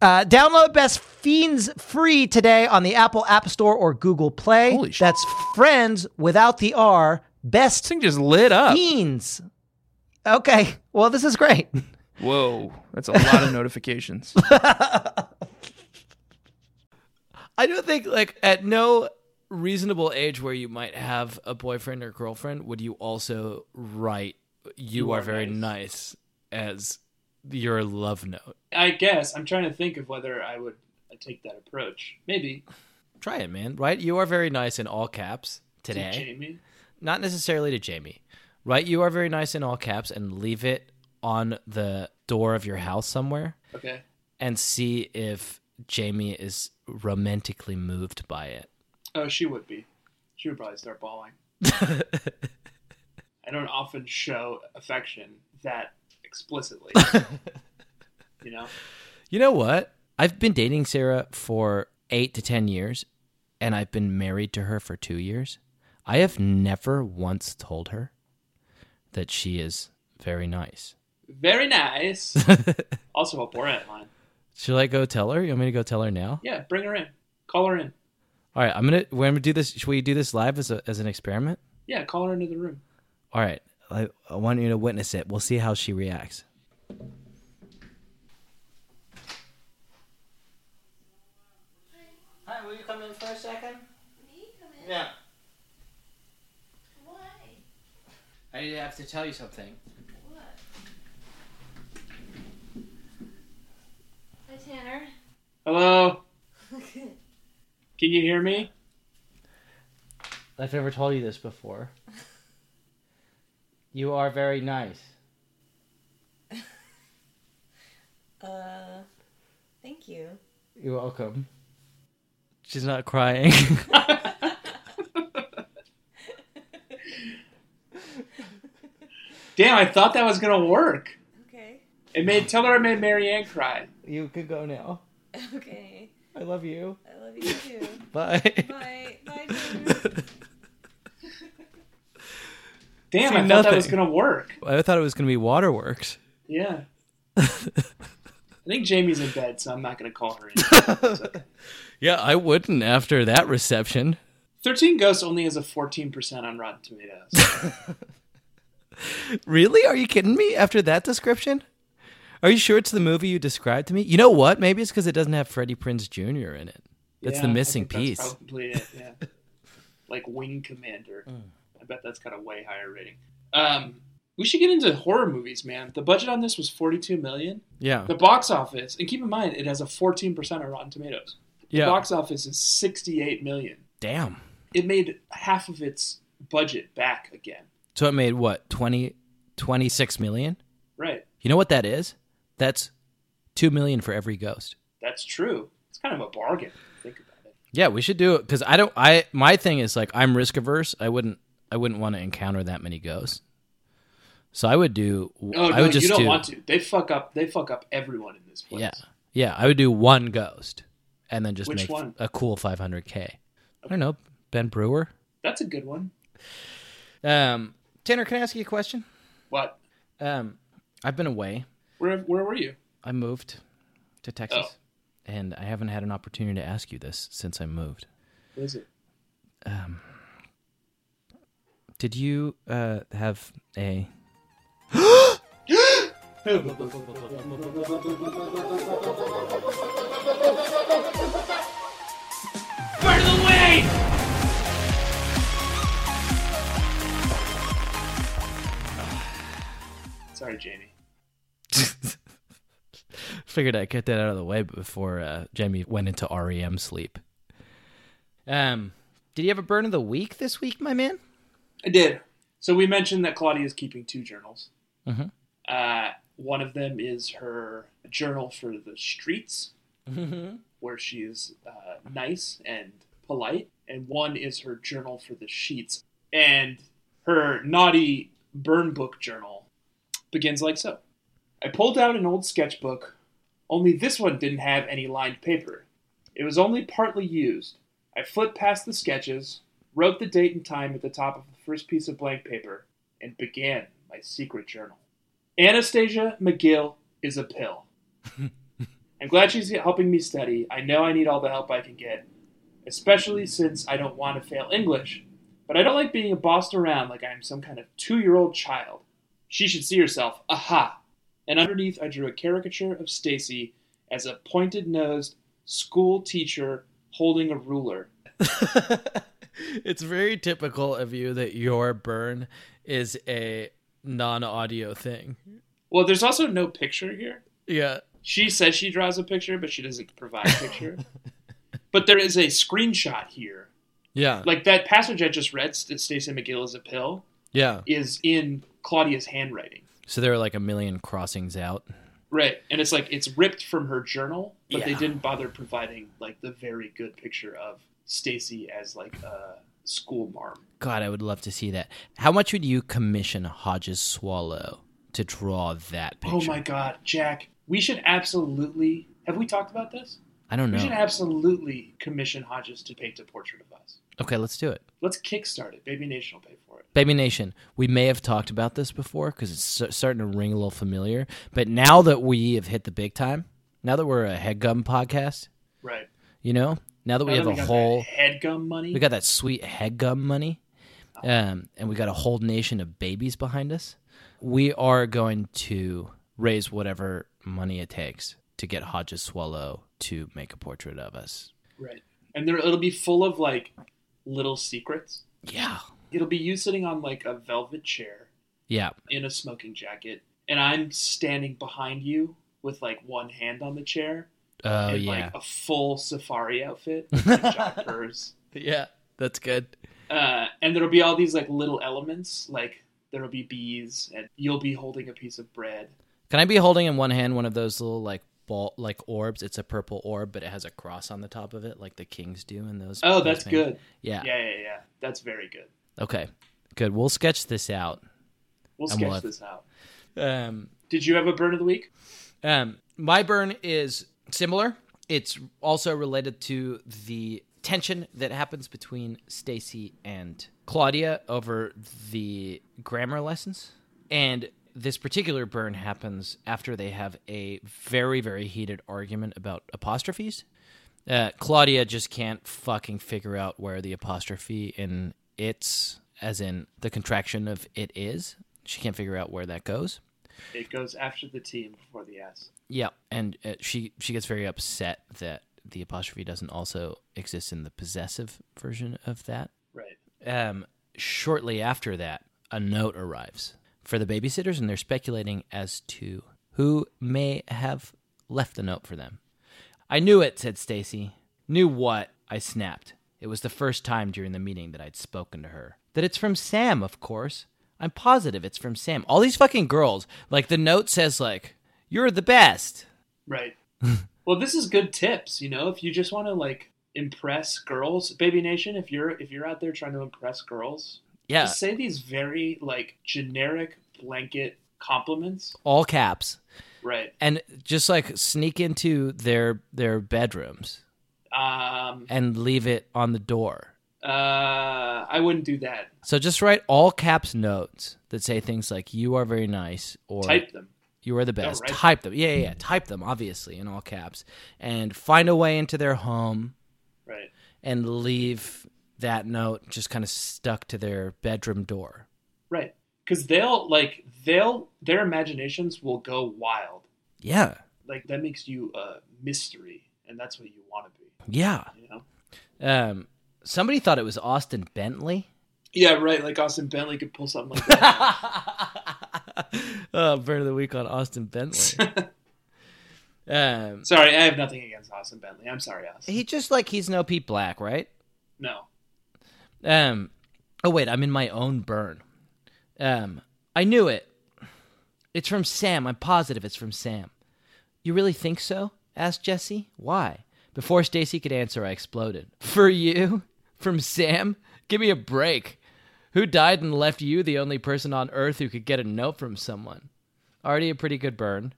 S7: Uh, download Best Fiends free today on the Apple App Store or Google Play.
S3: Holy sh-
S7: That's friends without the R.
S3: This
S7: Best
S3: thing just lit up.
S7: Fiends. Okay. Well, this is great.
S3: Whoa, that's a lot of notifications.
S1: I don't think like at no reasonable age where you might have a boyfriend or girlfriend would you also write you, are, very nice. as your love note.
S5: I guess I'm trying to think of whether I would uh, take that approach. Maybe
S1: Try it, man. Write you are very nice in all caps
S5: to
S1: today.
S5: Jamie.
S1: Not necessarily to Jamie. Write you are very nice in all caps and leave it on the door of your house somewhere
S5: Okay.
S1: and see if Jamie is romantically moved by it.
S5: Oh, she would be. She would probably start bawling. I don't often show affection that explicitly. you know,
S1: You know what? I've been dating Sarah for eight to 10 years, and I've been married to her for two years. I have never once told her that she is very nice.
S5: very nice. also, a Borat line.
S1: Should I go tell her? You want me to go tell her now?
S5: Yeah, bring her in. Call her in.
S1: All right, I'm gonna. We're gonna do this. Should we do this live as a, as an experiment?
S5: Yeah, call her into the room.
S1: All right, I, I want you to witness it. We'll see how she reacts.
S8: Hi, will you come in for a second? Me come in? Yeah.
S1: I have to tell you something.
S8: Hi, Tanner.
S5: Hello. Can you hear me?
S1: I've never told you this before. You are very nice.
S8: Uh, thank you.
S1: You're welcome. She's not crying.
S5: Damn, I thought that was gonna work.
S8: Okay.
S5: It made tell her I made Marianne cry.
S1: you could go now.
S8: Okay.
S1: I love you.
S8: I love you too.
S1: Bye.
S8: Bye. Bye, Tanner.
S5: Damn,
S1: See,
S5: I thought that
S1: nothing.
S5: was gonna work.
S1: I thought it was gonna be waterworks.
S5: Yeah. I think Jamie's in bed, so I'm not gonna call her in.
S1: Yeah, I wouldn't after that reception.
S5: 13 Ghosts only has a 14% on Rotten Tomatoes.
S1: Really? Are you kidding me? After that description? Are you sure it's the movie you described to me? You know what? Maybe it's because it doesn't have Freddie Prinze Jr. in it. That's
S5: Yeah,
S1: the
S5: I
S1: missing
S5: think
S1: piece.
S5: that's probably it, yeah. like Wing Commander.
S1: Hmm.
S5: I bet that's got a way higher rating. Um, we should get into horror movies, man. The budget on this was 42 million.
S1: yeah.
S5: The box office, and keep in mind, it has a 14% on Rotten Tomatoes. The
S1: Yeah.
S5: box office is 68 million.
S1: Damn.
S5: It made half of its budget back again.
S1: So it made what? 20, 26 million?
S5: Right.
S1: You know what that is? That's 2 million for every ghost.
S5: That's true. It's kind of a bargain. if you Think about it.
S1: Yeah, we should do it because I don't. I my thing is like I'm risk averse. I wouldn't. I wouldn't want to encounter that many ghosts. So I would do.
S5: Oh,
S1: I
S5: no,
S1: would just
S5: you don't
S1: do,
S5: want to. They fuck up. They fuck up everyone in this place.
S1: Yeah, yeah. I would do one ghost, and then just
S5: Which
S1: make
S5: one?
S1: a cool 500k. I don't know, Ben Brewer.
S5: That's a good one.
S1: Um, Tanner, can I ask you a question?
S5: What?
S1: Um, I've been away.
S5: Where where were you?
S1: I moved to Texas, and I haven't had an opportunity to ask you this since I moved.
S5: What is it?
S1: Did you uh, have a
S5: Burn the way! Sorry, Jamie.
S1: Figured I'd get that out of the way before uh, Jamie went into REM sleep. Um, did you have a burn of the week this week, my man?
S5: I did. So we mentioned that Claudia is keeping two journals.
S1: Mhm.
S5: Uh, one of them is her journal for the streets, where she is uh, nice and polite, and one is her journal for the sheets. And her naughty burn book journal begins like so. I pulled out an old sketchbook, only this one didn't have any lined paper. It was only partly used. I flipped past the sketches, wrote the date and time at the top of the first piece of blank paper, and began my secret journal. Anastasia McGill is a pill. I'm glad she's helping me study. I know I need all the help I can get, especially since I don't want to fail English. But I don't like being bossed around like I am some kind of two year old child. She should see herself. Aha! And underneath, I drew a caricature of Stacy as a pointed nosed school teacher holding a ruler.
S1: it's very typical of you that your burn is a non-audio thing.
S5: Well, there's also no picture here.
S1: Yeah.
S5: She says she draws a picture, but she doesn't provide a picture. but there is a screenshot here.
S1: Yeah.
S5: Like that passage I just read, that Stacey McGill is a pill,
S1: yeah.
S5: is in Claudia's handwriting.
S1: So there are like a million crossings out.
S5: Right. And it's like it's ripped from her journal, but they
S1: Yeah.
S5: didn't bother providing like the very good picture of Stacy as like a school marm.
S1: God, I would love to see that. How much would you commission Hodges Swallow to draw that picture?
S5: Oh my god, Jack, we should absolutely have we talked about this?
S1: I don't
S5: We should
S1: know.
S5: absolutely commission Hodges to paint a portrait of us.
S1: Okay, let's do it.
S5: Let's kickstart it. Baby Nation will pay for it.
S1: Baby Nation, we may have talked about this before because it's cer- starting to ring a little familiar. But now that we have hit the big time, now that we're a headgum podcast,
S5: Right.
S1: you know, now that we
S5: Now
S1: have
S5: that
S1: a
S5: got
S1: whole,
S5: that headgum money.
S1: we got that sweet headgum money, um, and we got a whole nation of babies behind us, we are going to raise whatever money it takes to get Hodges Swallow to make a portrait of us.
S5: right. And there it'll be full of like little secrets.
S1: Yeah,
S5: It'll be you sitting on like a velvet chair
S1: yeah,
S5: in a smoking jacket and I'm standing behind you with like one hand on the chair
S1: oh
S5: in
S1: yeah,
S5: like a full safari outfit like Jack Purse.
S1: yeah. That's good.
S5: Uh, and there'll be all these like little elements like there'll be bees and you'll be holding a piece of bread.
S1: Can I be holding in one hand one of those little like ball like orbs? It's a purple orb, but it has a cross on the top of it, like the kings do in those.
S5: Oh,
S1: those
S5: that's
S1: paintings.
S5: good.
S1: Yeah.
S5: Yeah, yeah, yeah. That's very good.
S1: Okay. Good. We'll sketch this out.
S5: We'll
S1: I'm
S5: sketch
S1: alive.
S5: this out.
S1: Um,
S5: Did you have a burn of the week?
S1: um, my burn is similar. It's also related to the tension that happens between Stacy and Claudia over the grammar lessons. And this particular burn happens after they have a very, very heated argument about apostrophes. Uh, Claudia just can't fucking figure out where the apostrophe in it's, as in the contraction of it is. She can't figure out where that goes.
S5: It goes after the T and before the S.
S1: Yeah, and uh, she she gets very upset that the apostrophe doesn't also exist in the possessive version of that.
S5: Right.
S1: Um, shortly after that, a note arrives for the babysitters, and they're speculating as to who may have left the note for them. I knew it," said Stacy. "Knew what?" I snapped. It was the first time during the meeting that I'd spoken to her. That it's from Sam, of course. I'm positive it's from Sam. All these fucking girls, like the note says, like you're the best.
S5: Right. well, this is good tips, you know, if you just want to like impress girls, baby nation, if you're if you're out there trying to impress girls,
S1: Yeah,
S5: just say these very like generic blanket compliments.
S1: all caps,
S5: Right.
S1: and just like sneak into their their bedrooms
S5: Um
S1: and leave it on the door.
S5: uh I wouldn't do that.
S1: So just write all caps notes that say things like "You are very nice" or
S5: Type them.
S1: "You are the best."
S5: write-
S1: Type them, yeah, yeah, yeah. Type them, obviously, in all caps, and find a way into their home
S5: Right.
S1: and leave that note just kind of stuck to their bedroom door.
S5: Right. Cuz they'll like they'll their imaginations will go wild.
S1: Yeah,
S5: Like that makes you a mystery and that's what you want to be,
S1: yeah.
S5: you know?
S1: Um, somebody thought it was Austin Bentley.
S5: Yeah, right. Like Austin Bentley could pull something like that.
S1: oh, burn of the week on Austin Bentley. um,
S5: sorry, I have nothing against Austin Bentley. I'm sorry, Austin.
S1: he just like he's no Pete Black, right?
S5: No.
S1: Um, oh wait, I'm in my own burn. Um, I knew it. It's from Sam. I'm positive it's from Sam. You really think so? asked Jesse. Why? Before Stacy could answer, I exploded. For you? From Sam? Give me a break. Who died and left you the only person on earth who could get a note from someone? Already a pretty good burn.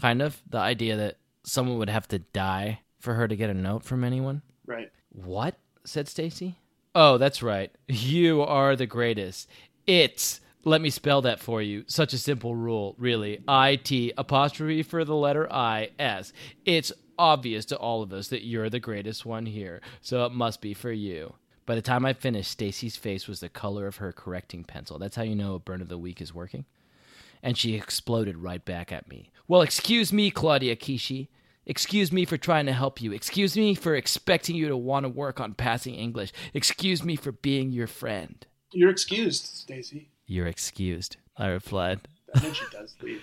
S1: Kind of. The idea that someone would have to die for her to get a note from anyone.
S5: Right.
S1: What? said Stacy. Oh, that's right. You are the greatest. It's let me spell that for you. Such a simple rule, really. I T apostrophe for the letter I S. It's obvious to all of us that you're the greatest one here, so it must be for you. By the time I finished, Stacy's face was the color of her correcting pencil. That's how you know a burn of the week is working and she exploded right back at me. Well, excuse me, Claudia Kishi. Excuse me for trying to help you. Excuse me for expecting you to want to work on passing English. Excuse me for being your friend.
S5: You're excused, Stacy.
S1: You're excused, I replied.
S5: And then she does leave.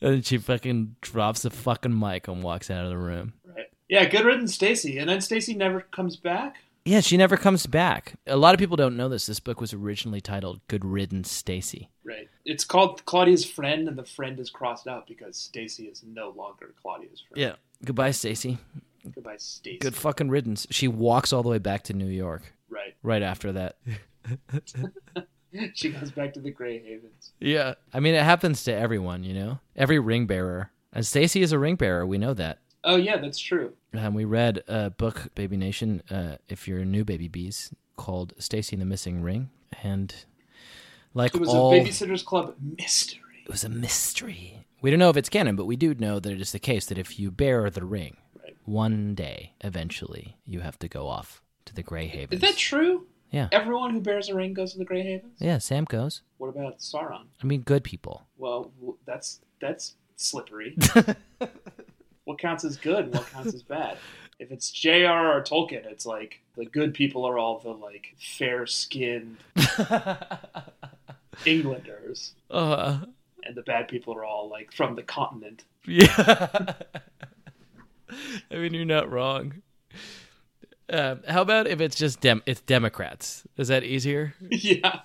S1: And she fucking drops the fucking mic and walks out of the room.
S5: Right. Yeah, good riddance, Stacy. And then Stacy never comes back.
S1: Yeah, she never comes back. A lot of people don't know this. This book was originally titled Good Riddance, Stacy.
S5: Right. It's called Claudia's friend, and the friend is crossed out because Stacy is no longer Claudia's friend.
S1: Yeah. Goodbye, Stacy.
S5: Goodbye, Stacy.
S1: Good fucking riddance. She walks all the way back to New York
S5: Right.
S1: right after that.
S5: She goes back to the Grey Havens.
S1: Yeah. I mean, it happens to everyone, you know? Every ring bearer. And Stacy is a ring bearer. We know that.
S5: Oh yeah, that's true.
S1: And we read a book, Baby Nation, uh, if you're new baby bees, called Stacy and the Missing Ring. And like
S5: It was
S1: all.
S5: a Babysitters Club mystery.
S1: it was a mystery. We don't know if it's canon, but we do know that it is the case that if you bear the ring,
S5: Right.
S1: one day, eventually, you have to go off to the Grey
S5: Is
S1: Havens.
S5: that true?
S1: Yeah.
S5: Everyone who bears a ring goes to the Grey Havens.
S1: Yeah, Sam goes.
S5: What about Sauron?
S1: I mean, good people.
S5: Well, w- that's that's slippery. what counts as good and what counts as bad? If it's J.R.R. Tolkien, it's like the good people are all the like fair-skinned Englanders,
S1: Uh,
S5: and the bad people are all like from the continent.
S1: yeah. I mean, you're not wrong. Um, how about if it's just dem- it's Democrats? Is that easier?
S5: yeah,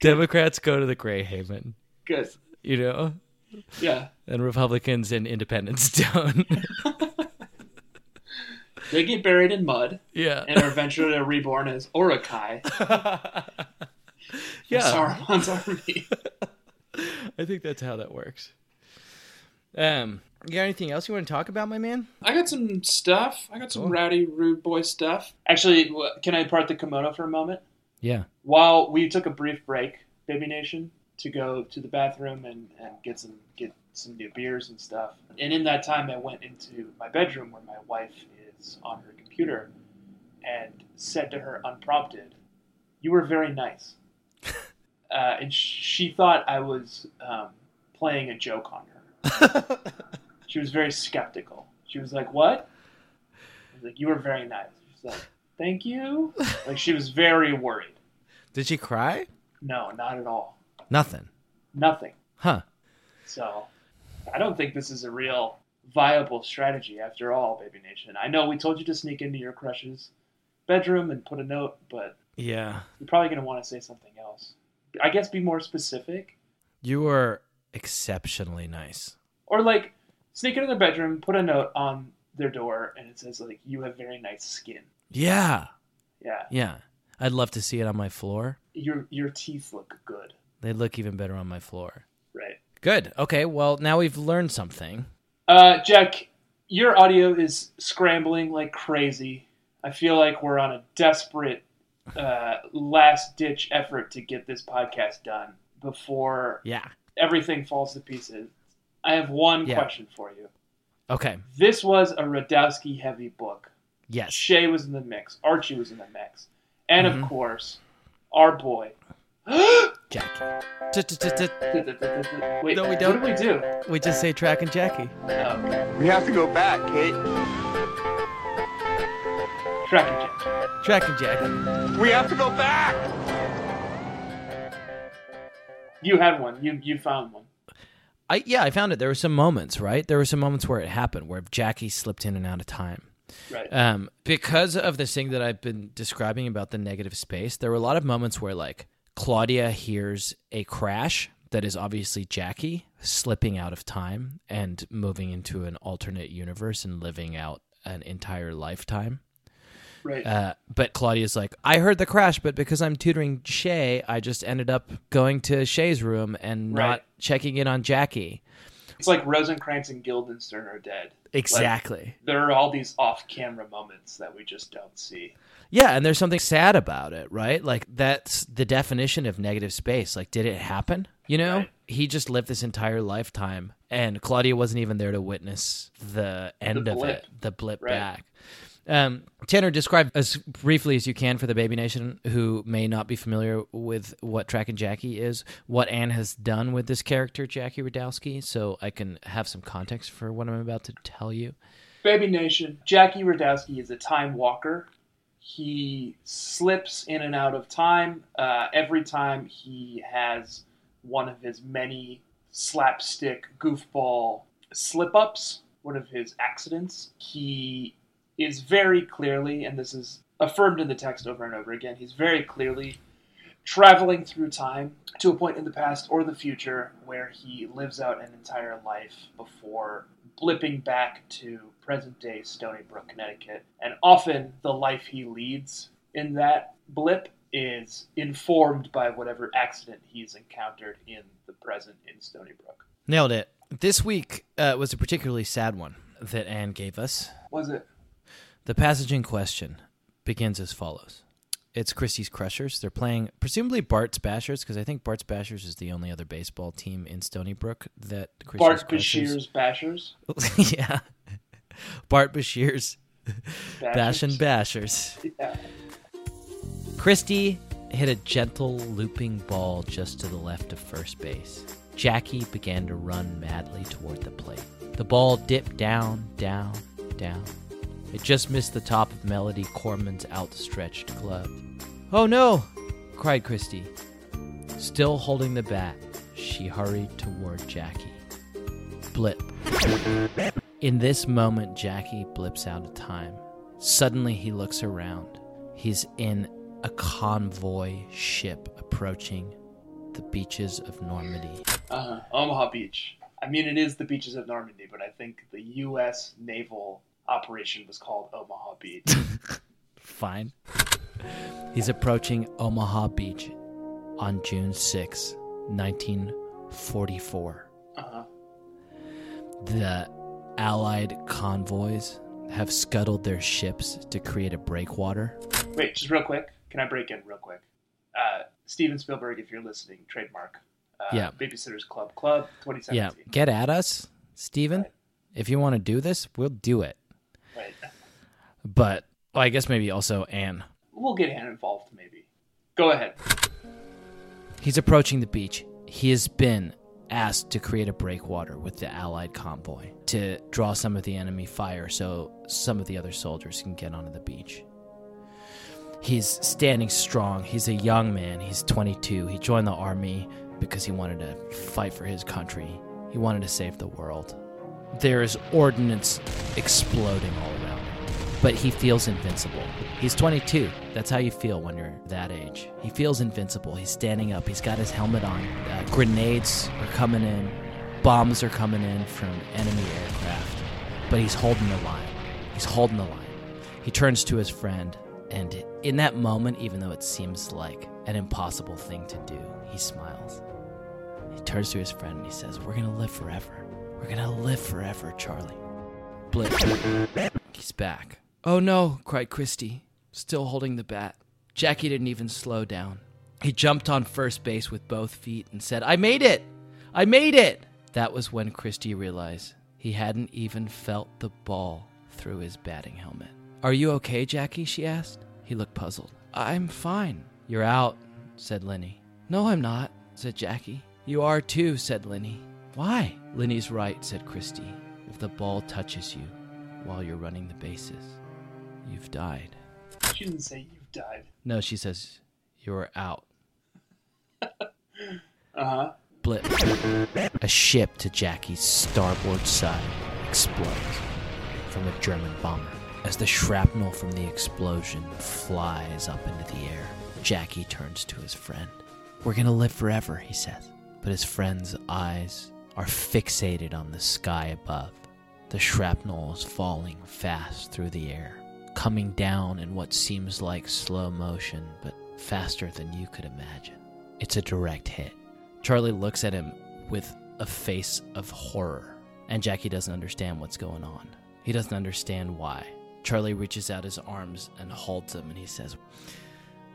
S1: Democrats go to the Grey Haven,
S5: good.
S1: you know,
S5: Yeah,
S1: and Republicans and Independents don't.
S5: they get buried in mud
S1: yeah.
S5: and are eventually reborn as Orokai.
S1: yeah.
S5: Sauron's army.
S1: I think that's how that works. Um, you got anything else you want to talk about, my man?
S5: I got some stuff. I got some rowdy, rude boy stuff. Actually, w- can I part the kimono for a moment?
S1: Yeah.
S5: While we took a brief break, Baby Nation, to go to the bathroom and, and get some get some new beers and stuff. And in that time, I went into my bedroom where my wife is on her computer, and said to her unprompted, "You were very nice." uh, and sh- she thought I was um, playing a joke on her. she was very skeptical. She was like, "What?" I was like, "You were very nice." She's like, "Thank you." Like she was very worried.
S1: Did she cry?
S5: No, not at all.
S1: Nothing.
S5: Nothing.
S1: Huh.
S5: So I don't think this is a real viable strategy after all, Baby Nation. I know we told you to sneak into your crush's bedroom and put a note, but
S1: Yeah.
S5: you're probably going to want to say something else. I guess be more specific.
S1: You were exceptionally nice.
S5: Or like sneak into their bedroom, put a note on their door, and it says like you have very nice skin.
S1: Yeah.
S5: Yeah,
S1: Yeah. I'd love to see it on my floor.
S5: your your teeth look good.
S1: They look even better on my floor.
S5: Right.
S1: Good. Okay. Well, now we've learned something.
S5: Uh, Jack, your audio is scrambling like crazy. I feel like we're on a desperate uh, last ditch effort to get this podcast done before
S1: Yeah.
S5: everything falls to pieces. I have one
S1: Yeah.
S5: question for you.
S1: Okay.
S5: This was a Radowski heavy book.
S1: Yes.
S5: Shay was in the mix. Archie was in the mix. And
S1: Mm-hmm.
S5: of course, our boy. Wait,
S1: Jackie. T-t-t-t-
S5: no, we don't. What did we do?
S1: We just say track and Jackie.
S5: Oh, okay.
S4: We have to go back, Kate.
S5: Track and Jack.
S1: Track and Jackie.
S4: We have to go back!
S5: You had one. You you found one.
S1: I yeah, I found it. There were some moments, right? There were some moments where it happened where Jackie slipped in and out of time.
S5: Right.
S1: Um, because of this thing that I've been describing about the negative space, there were a lot of moments where like Claudia hears a crash that is obviously Jackie slipping out of time and moving into an alternate universe and living out an entire lifetime.
S5: Right.
S1: Uh, but Claudia's like, I heard the crash, but because I'm tutoring Shay, I just ended up going to Shay's room and not
S5: Right.
S1: checking in on Jackie.
S5: It's like Rosencrantz and Guildenstern are dead.
S1: Exactly.
S5: There are all these off-camera moments that we just don't see.
S1: Yeah, and there's something sad about it, right? Like that's the definition of negative space. Like did it happen? You know?
S5: Right.
S1: He just lived this entire lifetime and Claudia wasn't even there to witness the end of
S5: blip.
S1: it, the blip
S5: Right.
S1: back. Um, Tanner, describe as briefly as you can for the Baby Nation who may not be familiar with what Track and Jackie is, what Anne has done with this character, Jackie Radowski, so I can have some context for what I'm about to tell you.
S5: Baby Nation, Jackie Radowski is a time walker. He slips in and out of time uh, every time he has one of his many slapstick goofball slip ups, one of his accidents. He is very clearly, and this is affirmed in the text over and over again, he's very clearly traveling through time to a point in the past or the future where he lives out an entire life before blipping back to present day Stony Brook, Connecticut. And often the life he leads in that blip is informed by whatever accident he's encountered in the present in Stony Brook.
S1: Nailed it. This week uh, was a particularly sad one that Anne gave us.
S5: Was it?
S1: The passage in question begins as follows. It's Christie's Crushers. They're playing presumably Bart's Bashers because I think Bart's Bashers is the only other baseball team in Stony Brook that Christie's
S5: Bart
S1: Crushers-
S5: Bashir's Bashers?
S1: yeah. Bart Bashir's Bash and
S5: Bashers?
S1: Bashers.
S5: Yeah.
S1: Christie hit a gentle looping ball just to the left of first base. Jackie began to run madly toward the plate. The ball dipped down, down, down. It just missed the top of Melody Corman's outstretched glove. Oh no! cried Christie. Still holding the bat, she hurried toward Jackie. Blip. In this moment, Jackie blips out of time. Suddenly, he looks around. He's in a convoy ship approaching the beaches of Normandy.
S5: Uh-huh. Omaha Beach. I mean, it is the beaches of Normandy, but I think the U.S. naval operation was called Omaha Beach.
S1: Fine. He's approaching Omaha Beach on June 6, 1944.
S5: Uh-huh.
S1: The Allied convoys have scuttled their ships to create a breakwater.
S5: Wait, just real quick. Can I break in real quick? Uh, Steven Spielberg, if you're listening, trademark. Uh,
S1: Yeah.
S5: Babysitters Club Club
S1: Yeah,
S5: 2017.
S1: get at us, Steven. If you want to do this, we'll do it.
S5: Right.
S1: But well, I guess maybe also Anne.
S5: We'll get Anne involved, maybe. Go ahead.
S1: He's approaching the beach. He has been asked to create a breakwater with the Allied convoy to draw some of the enemy fire so some of the other soldiers can get onto the beach. He's standing strong. He's a young man. He's 22. He joined the army because he wanted to fight for his country, he wanted to save the world. There is ordnance exploding all around him but he feels invincible. He's 22. That's how you feel when you're that age. He feels invincible. He's standing up. He's got his helmet on. Uh, grenades are coming in. Bombs are coming in from enemy aircraft. But he's holding the line. He's holding the line. He turns to his friend, and in that moment, even though it seems like an impossible thing to do, he smiles. He turns to his friend and he says, We're going to live forever. We're going to live forever, Charlie. Blip. He's back. Oh no, cried Christie, still holding the bat. Jackie didn't even slow down. He jumped on first base with both feet and said, I made it! I made it! That was when Christie realized he hadn't even felt the ball through his batting helmet. Are you okay, Jackie? she asked. He looked puzzled. I'm fine. You're out, said Lenny. No, I'm not, said Jackie. You are too, said Lenny. Why? Lenny's right, said Christie. If the ball touches you while you're running the bases, you've died.
S5: She didn't say you've died.
S1: No, she says, you're out.
S5: Uh huh.
S1: Blip. A ship to Jackie's starboard side explodes from a German bomber. As the shrapnel from the explosion flies up into the air, Jackie turns to his friend. We're gonna live forever, he says. But his friend's eyes are fixated on the sky above. The shrapnel is falling fast through the air, coming down in what seems like slow motion, but faster than you could imagine. It's a direct hit. Charlie looks at him with a face of horror, and Jackie doesn't understand what's going on. He doesn't understand why. Charlie reaches out his arms and holds him, and he says,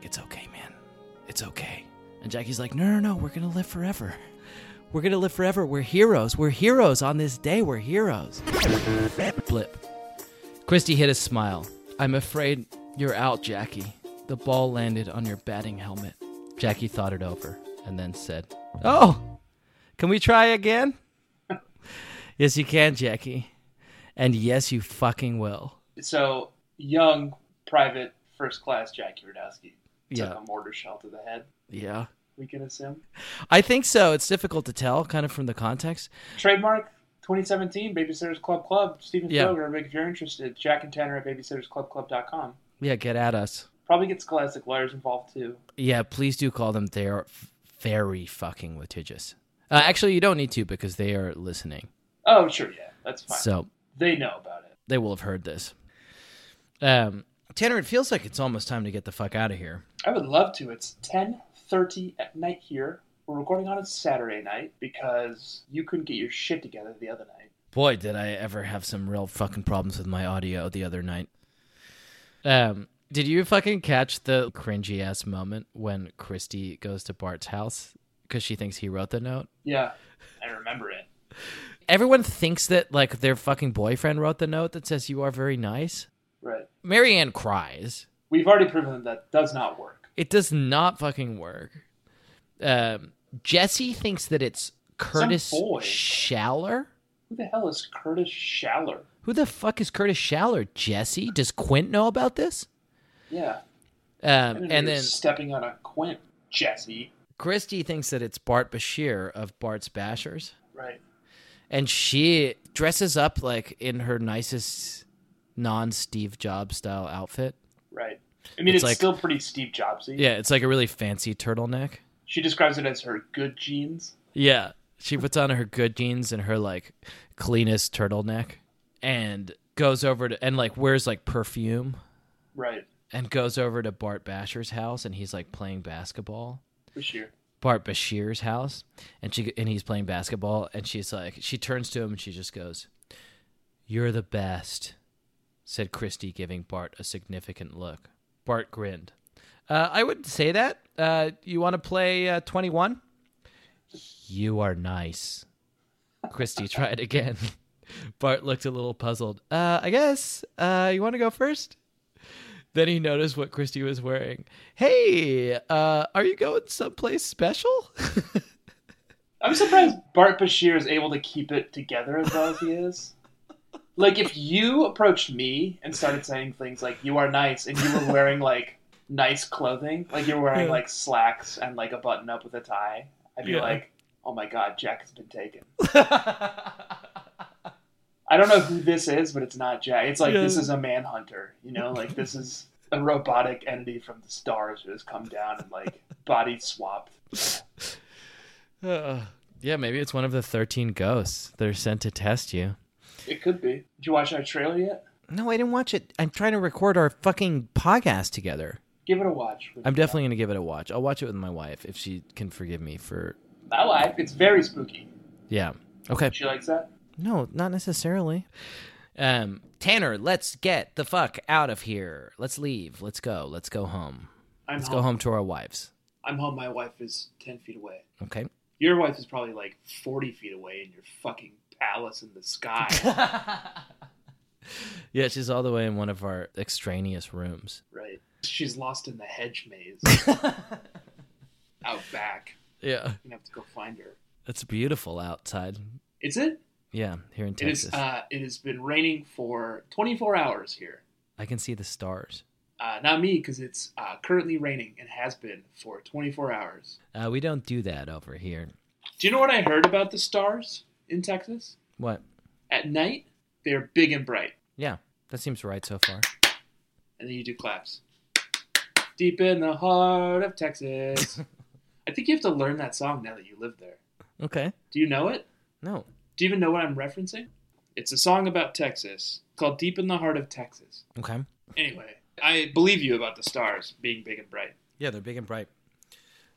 S1: It's okay, man. It's okay. And Jackie's like, No, no, no, we're going to live forever. We're going to live forever. We're heroes. We're heroes on this day. We're heroes. Flip. Christy hid a smile. I'm afraid you're out, Jackie. The ball landed on your batting helmet. Jackie thought it over and then said, Oh, can we try again? yes, you can, Jackie. And yes, you fucking will.
S5: So young private first class Jack Rudowski took
S1: Yeah.
S5: a mortar shell to the head.
S1: Yeah.
S5: We can assume
S1: I think so. It's difficult to tell, kind of from the context.
S5: trademark 2017 Babysitters Club Club. Stephen
S1: Yeah.
S5: Spielberg. If you're interested, Jack and Tanner at babysittersclubclub.com.
S1: Yeah, get at us.
S5: Probably get scholastic lawyers involved too.
S1: Yeah, please do call them. They are f- very fucking litigious. Uh, actually, you don't need to because they are listening.
S5: Oh sure, yeah, that's fine.
S1: So
S5: they know about it.
S1: they will have heard this. Um, Tanner, it feels like it's almost time to get the fuck out of here.
S5: I would love to. It's 10:30 at night here. We're recording on a Saturday night because you couldn't get your shit together the other night.
S1: Boy, did I ever have some real fucking problems with my audio the other night. Um, did you fucking catch the cringy ass moment when Christy goes to Bart's house because she thinks he wrote the note?
S5: Yeah, I remember it.
S1: Everyone thinks that like their fucking boyfriend wrote the note that says you are very nice.
S5: Right.
S1: Marianne cries.
S5: We've already proven that does not work.
S1: It does not fucking work. Um, Jesse thinks that it's Curtis
S5: boy.
S1: Schaller.
S5: Who the hell is Curtis Schaller?
S1: Who the fuck is Curtis Schaller? Jesse? Does Quint know about this?
S5: Yeah. I
S1: Um,
S5: didn't know
S1: and
S5: you were
S1: then
S5: stepping on a quint, Jesse.
S1: Christy thinks that it's Bart Bashir of Bart's Bashers.
S5: Right.
S1: And she dresses up like in her nicest non Steve Jobs style outfit.
S5: Right. I mean,
S1: It's
S5: it's,
S1: like-
S5: still pretty Steve Jobsy.
S1: Yeah, it's like a really fancy turtleneck.
S5: She describes it as her good genes.
S1: Yeah. She puts on her good jeans and her like cleanest turtleneck and goes over to and like wears like perfume
S5: Right.
S1: and goes over to Bart Basher's house and he's like playing basketball.
S5: For sure.
S1: Bart Bashir's house and she and he's playing basketball and she's like she turns to him and she just goes, "You're the best," said Christy, giving Bart a significant look. Bart grinned. Uh, I would say that. Uh, you want to play uh, twenty one? you are nice. Christy tried again. Bart looked a little puzzled. Uh, I guess. Uh, you want to go first? Then he noticed what Christy was wearing. Hey, uh, are you going someplace special?
S5: I'm surprised Bart Bashir is able to keep it together as well as he is. Like, if you approached me and started saying things like, you are nice, and you were wearing, like, nice clothing, like you're wearing,
S1: Yeah.
S5: like, slacks and, like, a button up with a tie, I'd be
S1: Yeah.
S5: like, oh my god, Jack has been taken. I don't know who this is, but it's not Jack. It's like,
S1: Yeah.
S5: this is a manhunter, you know? Like, this is a robotic entity from the stars who has come down and, like, body swapped.
S1: Uh, yeah, maybe it's one of the 13 ghosts that are sent to test you.
S5: It could be. Did you watch our trailer yet?
S1: No, I didn't watch it. I'm trying to record our fucking podcast together.
S5: Give it a watch.
S1: I'm definitely going to give it a watch. I'll watch it with my wife if she can forgive me for.
S5: My wife, it's very spooky.
S1: Yeah. Okay.
S5: She likes that?
S1: No, not necessarily. Um, Tanner, let's get the fuck out of here. Let's leave. Let's go. Let's go home.
S5: I'm
S1: Let's
S5: home.
S1: go home to our wives.
S5: I'm home. My wife is 10 feet away.
S1: Okay.
S5: Your wife is probably like 40 feet away in your fucking palace in the sky.
S1: Yeah, she's all the way in one of our extraneous rooms.
S5: right. She's lost in the hedge maze out back.
S1: Yeah.
S5: You're going to have to go find her.
S1: It's beautiful outside.
S5: Is it?
S1: Yeah, here in
S5: It is.
S1: Texas.
S5: Uh, it has been raining for 24 hours here.
S1: I can see the stars.
S5: Uh, not me, because it's uh, currently raining and has been for 24 hours.
S1: Uh, we don't do that over here.
S5: Do you know what I heard about the stars in Texas?
S1: What?
S5: At night, they're big and bright.
S1: Yeah, that seems right so far.
S5: and then you do claps. Deep in the heart of Texas. I think you have to learn that song now that you live there.
S1: Okay.
S5: Do you know it?
S1: No.
S5: Do you even know what I'm referencing? It's a song about Texas called Deep in the Heart of Texas.
S1: Okay.
S5: Anyway, I believe you about the stars being big and bright.
S1: Yeah, they're big and bright.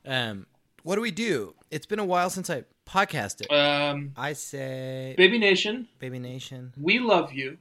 S1: Um, what do we do? It's been a while since I podcasted.
S5: Um,
S1: I say,
S5: Baby Nation,
S1: Baby Nation.
S5: we love you.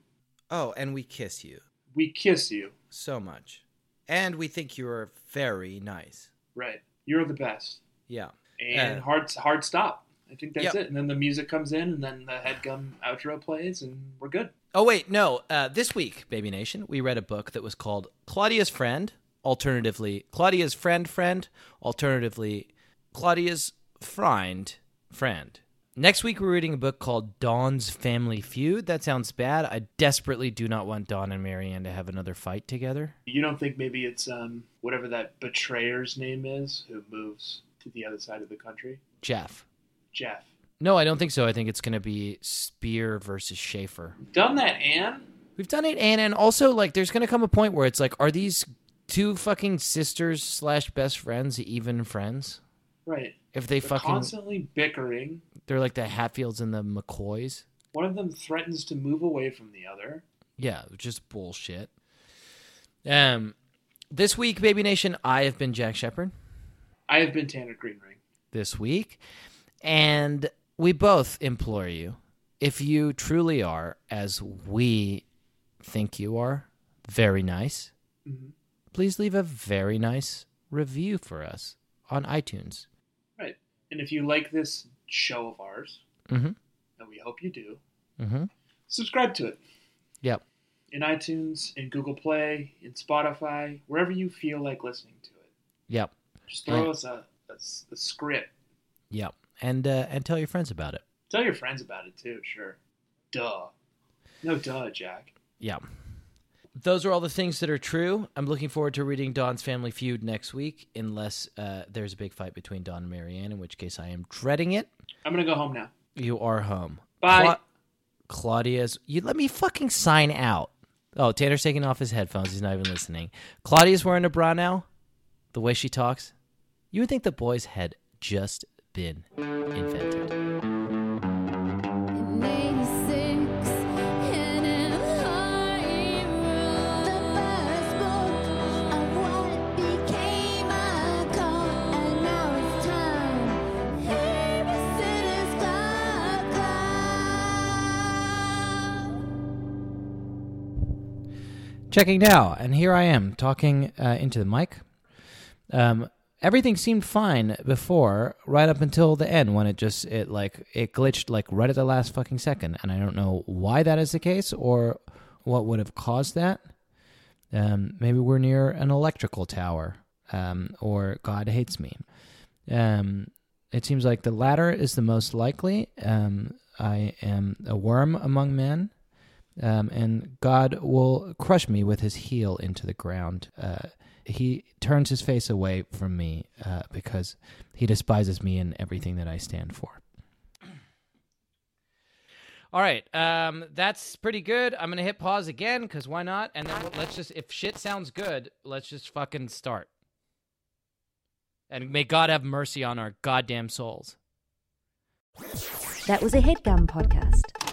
S1: Oh, and we kiss you
S5: We kiss you.
S1: so much, and we think you are very nice.
S5: Right. You're the best.
S1: Yeah.
S5: And
S1: Uh,
S5: hard, hard stop. I think that's
S1: Yep.
S5: it. And then the music comes in, and then the headgum outro plays, and we're good.
S1: Oh wait, no. Uh, this week, Baby Nation, we read a book that was called Claudia's Friend, alternatively Claudia's Friend Friend, alternatively Claudia's Friend Friend. Next week, we're reading a book called Dawn's Family Feud. That sounds bad. I desperately do not want Dawn and Marianne to have another fight together.
S5: You don't think maybe it's um, whatever that betrayer's name is who moves to the other side of the country?
S1: Jeff.
S5: Jeff.
S1: No, I don't think so. I think it's going to be Spear versus Schaefer.
S5: Done that, Anne?
S1: We've done it, and and also like, there's gonna come a point where it's like, are these two fucking sisters slash best friends even friends?
S5: Right.
S1: If they
S5: They're
S1: fucking,
S5: constantly bickering.
S1: they're like the Hatfields and the McCoys.
S5: One of them threatens to move away from the other.
S1: Yeah, just bullshit. Um, this week, Baby Nation, I have been Jack Shepard.
S5: I have been Tanner Greenring.
S1: This week, and we both implore you, if you truly are as we think you are, very nice.
S5: Mhm.
S1: Please leave a very nice review for us on iTunes.
S5: Right. And if you like this show of ours,
S1: Mhm.
S5: and we hope you do,
S1: Mm-hmm.
S5: subscribe to it
S1: Yep.
S5: in iTunes, in Google Play, in Spotify, wherever you feel like listening to it.
S1: Yep.
S5: Just throw
S1: Yeah.
S5: us a, a s- a script.
S1: Yep. And uh, and tell your friends about it.
S5: Tell your friends about it too, sure. Duh. No, duh, Jack.
S1: Yeah. Those are all the things that are true. I'm looking forward to reading Dawn's Family Feud next week, unless uh, there's a big fight between Dawn and Marianne, in which case I am dreading it.
S5: I'm going to go home now.
S1: You are home.
S5: Bye.
S1: Claudia's. You let me fucking sign out. Oh, Tanner's taking off his headphones. He's not even listening. Claudia's wearing a bra now. The way she talks, you would think the boys had just been invented.
S2: In 86, in an high road, the first book of what became a cult, and now it's time. Here we sit as Cloud Cloud.
S1: checking now, and here I am talking uh, into the mic. Um, everything seemed fine before, right up until the end when it just it like it glitched like right at the last fucking second, and I don't know why that is the case or what would have caused that. Um, maybe we're near an electrical tower, um, or God hates me. Um, it seems like the latter is the most likely. Um, I am a worm among men um, and God will crush me with his heel into the ground. Uh, he turns his face away from me uh, because he despises me and everything that I stand for. All right, um, that's pretty good. I'm gonna hit pause again because why not? And then let's just, if shit sounds good, let's just fucking start. And may God have mercy on our goddamn souls.
S2: That was a headgum podcast.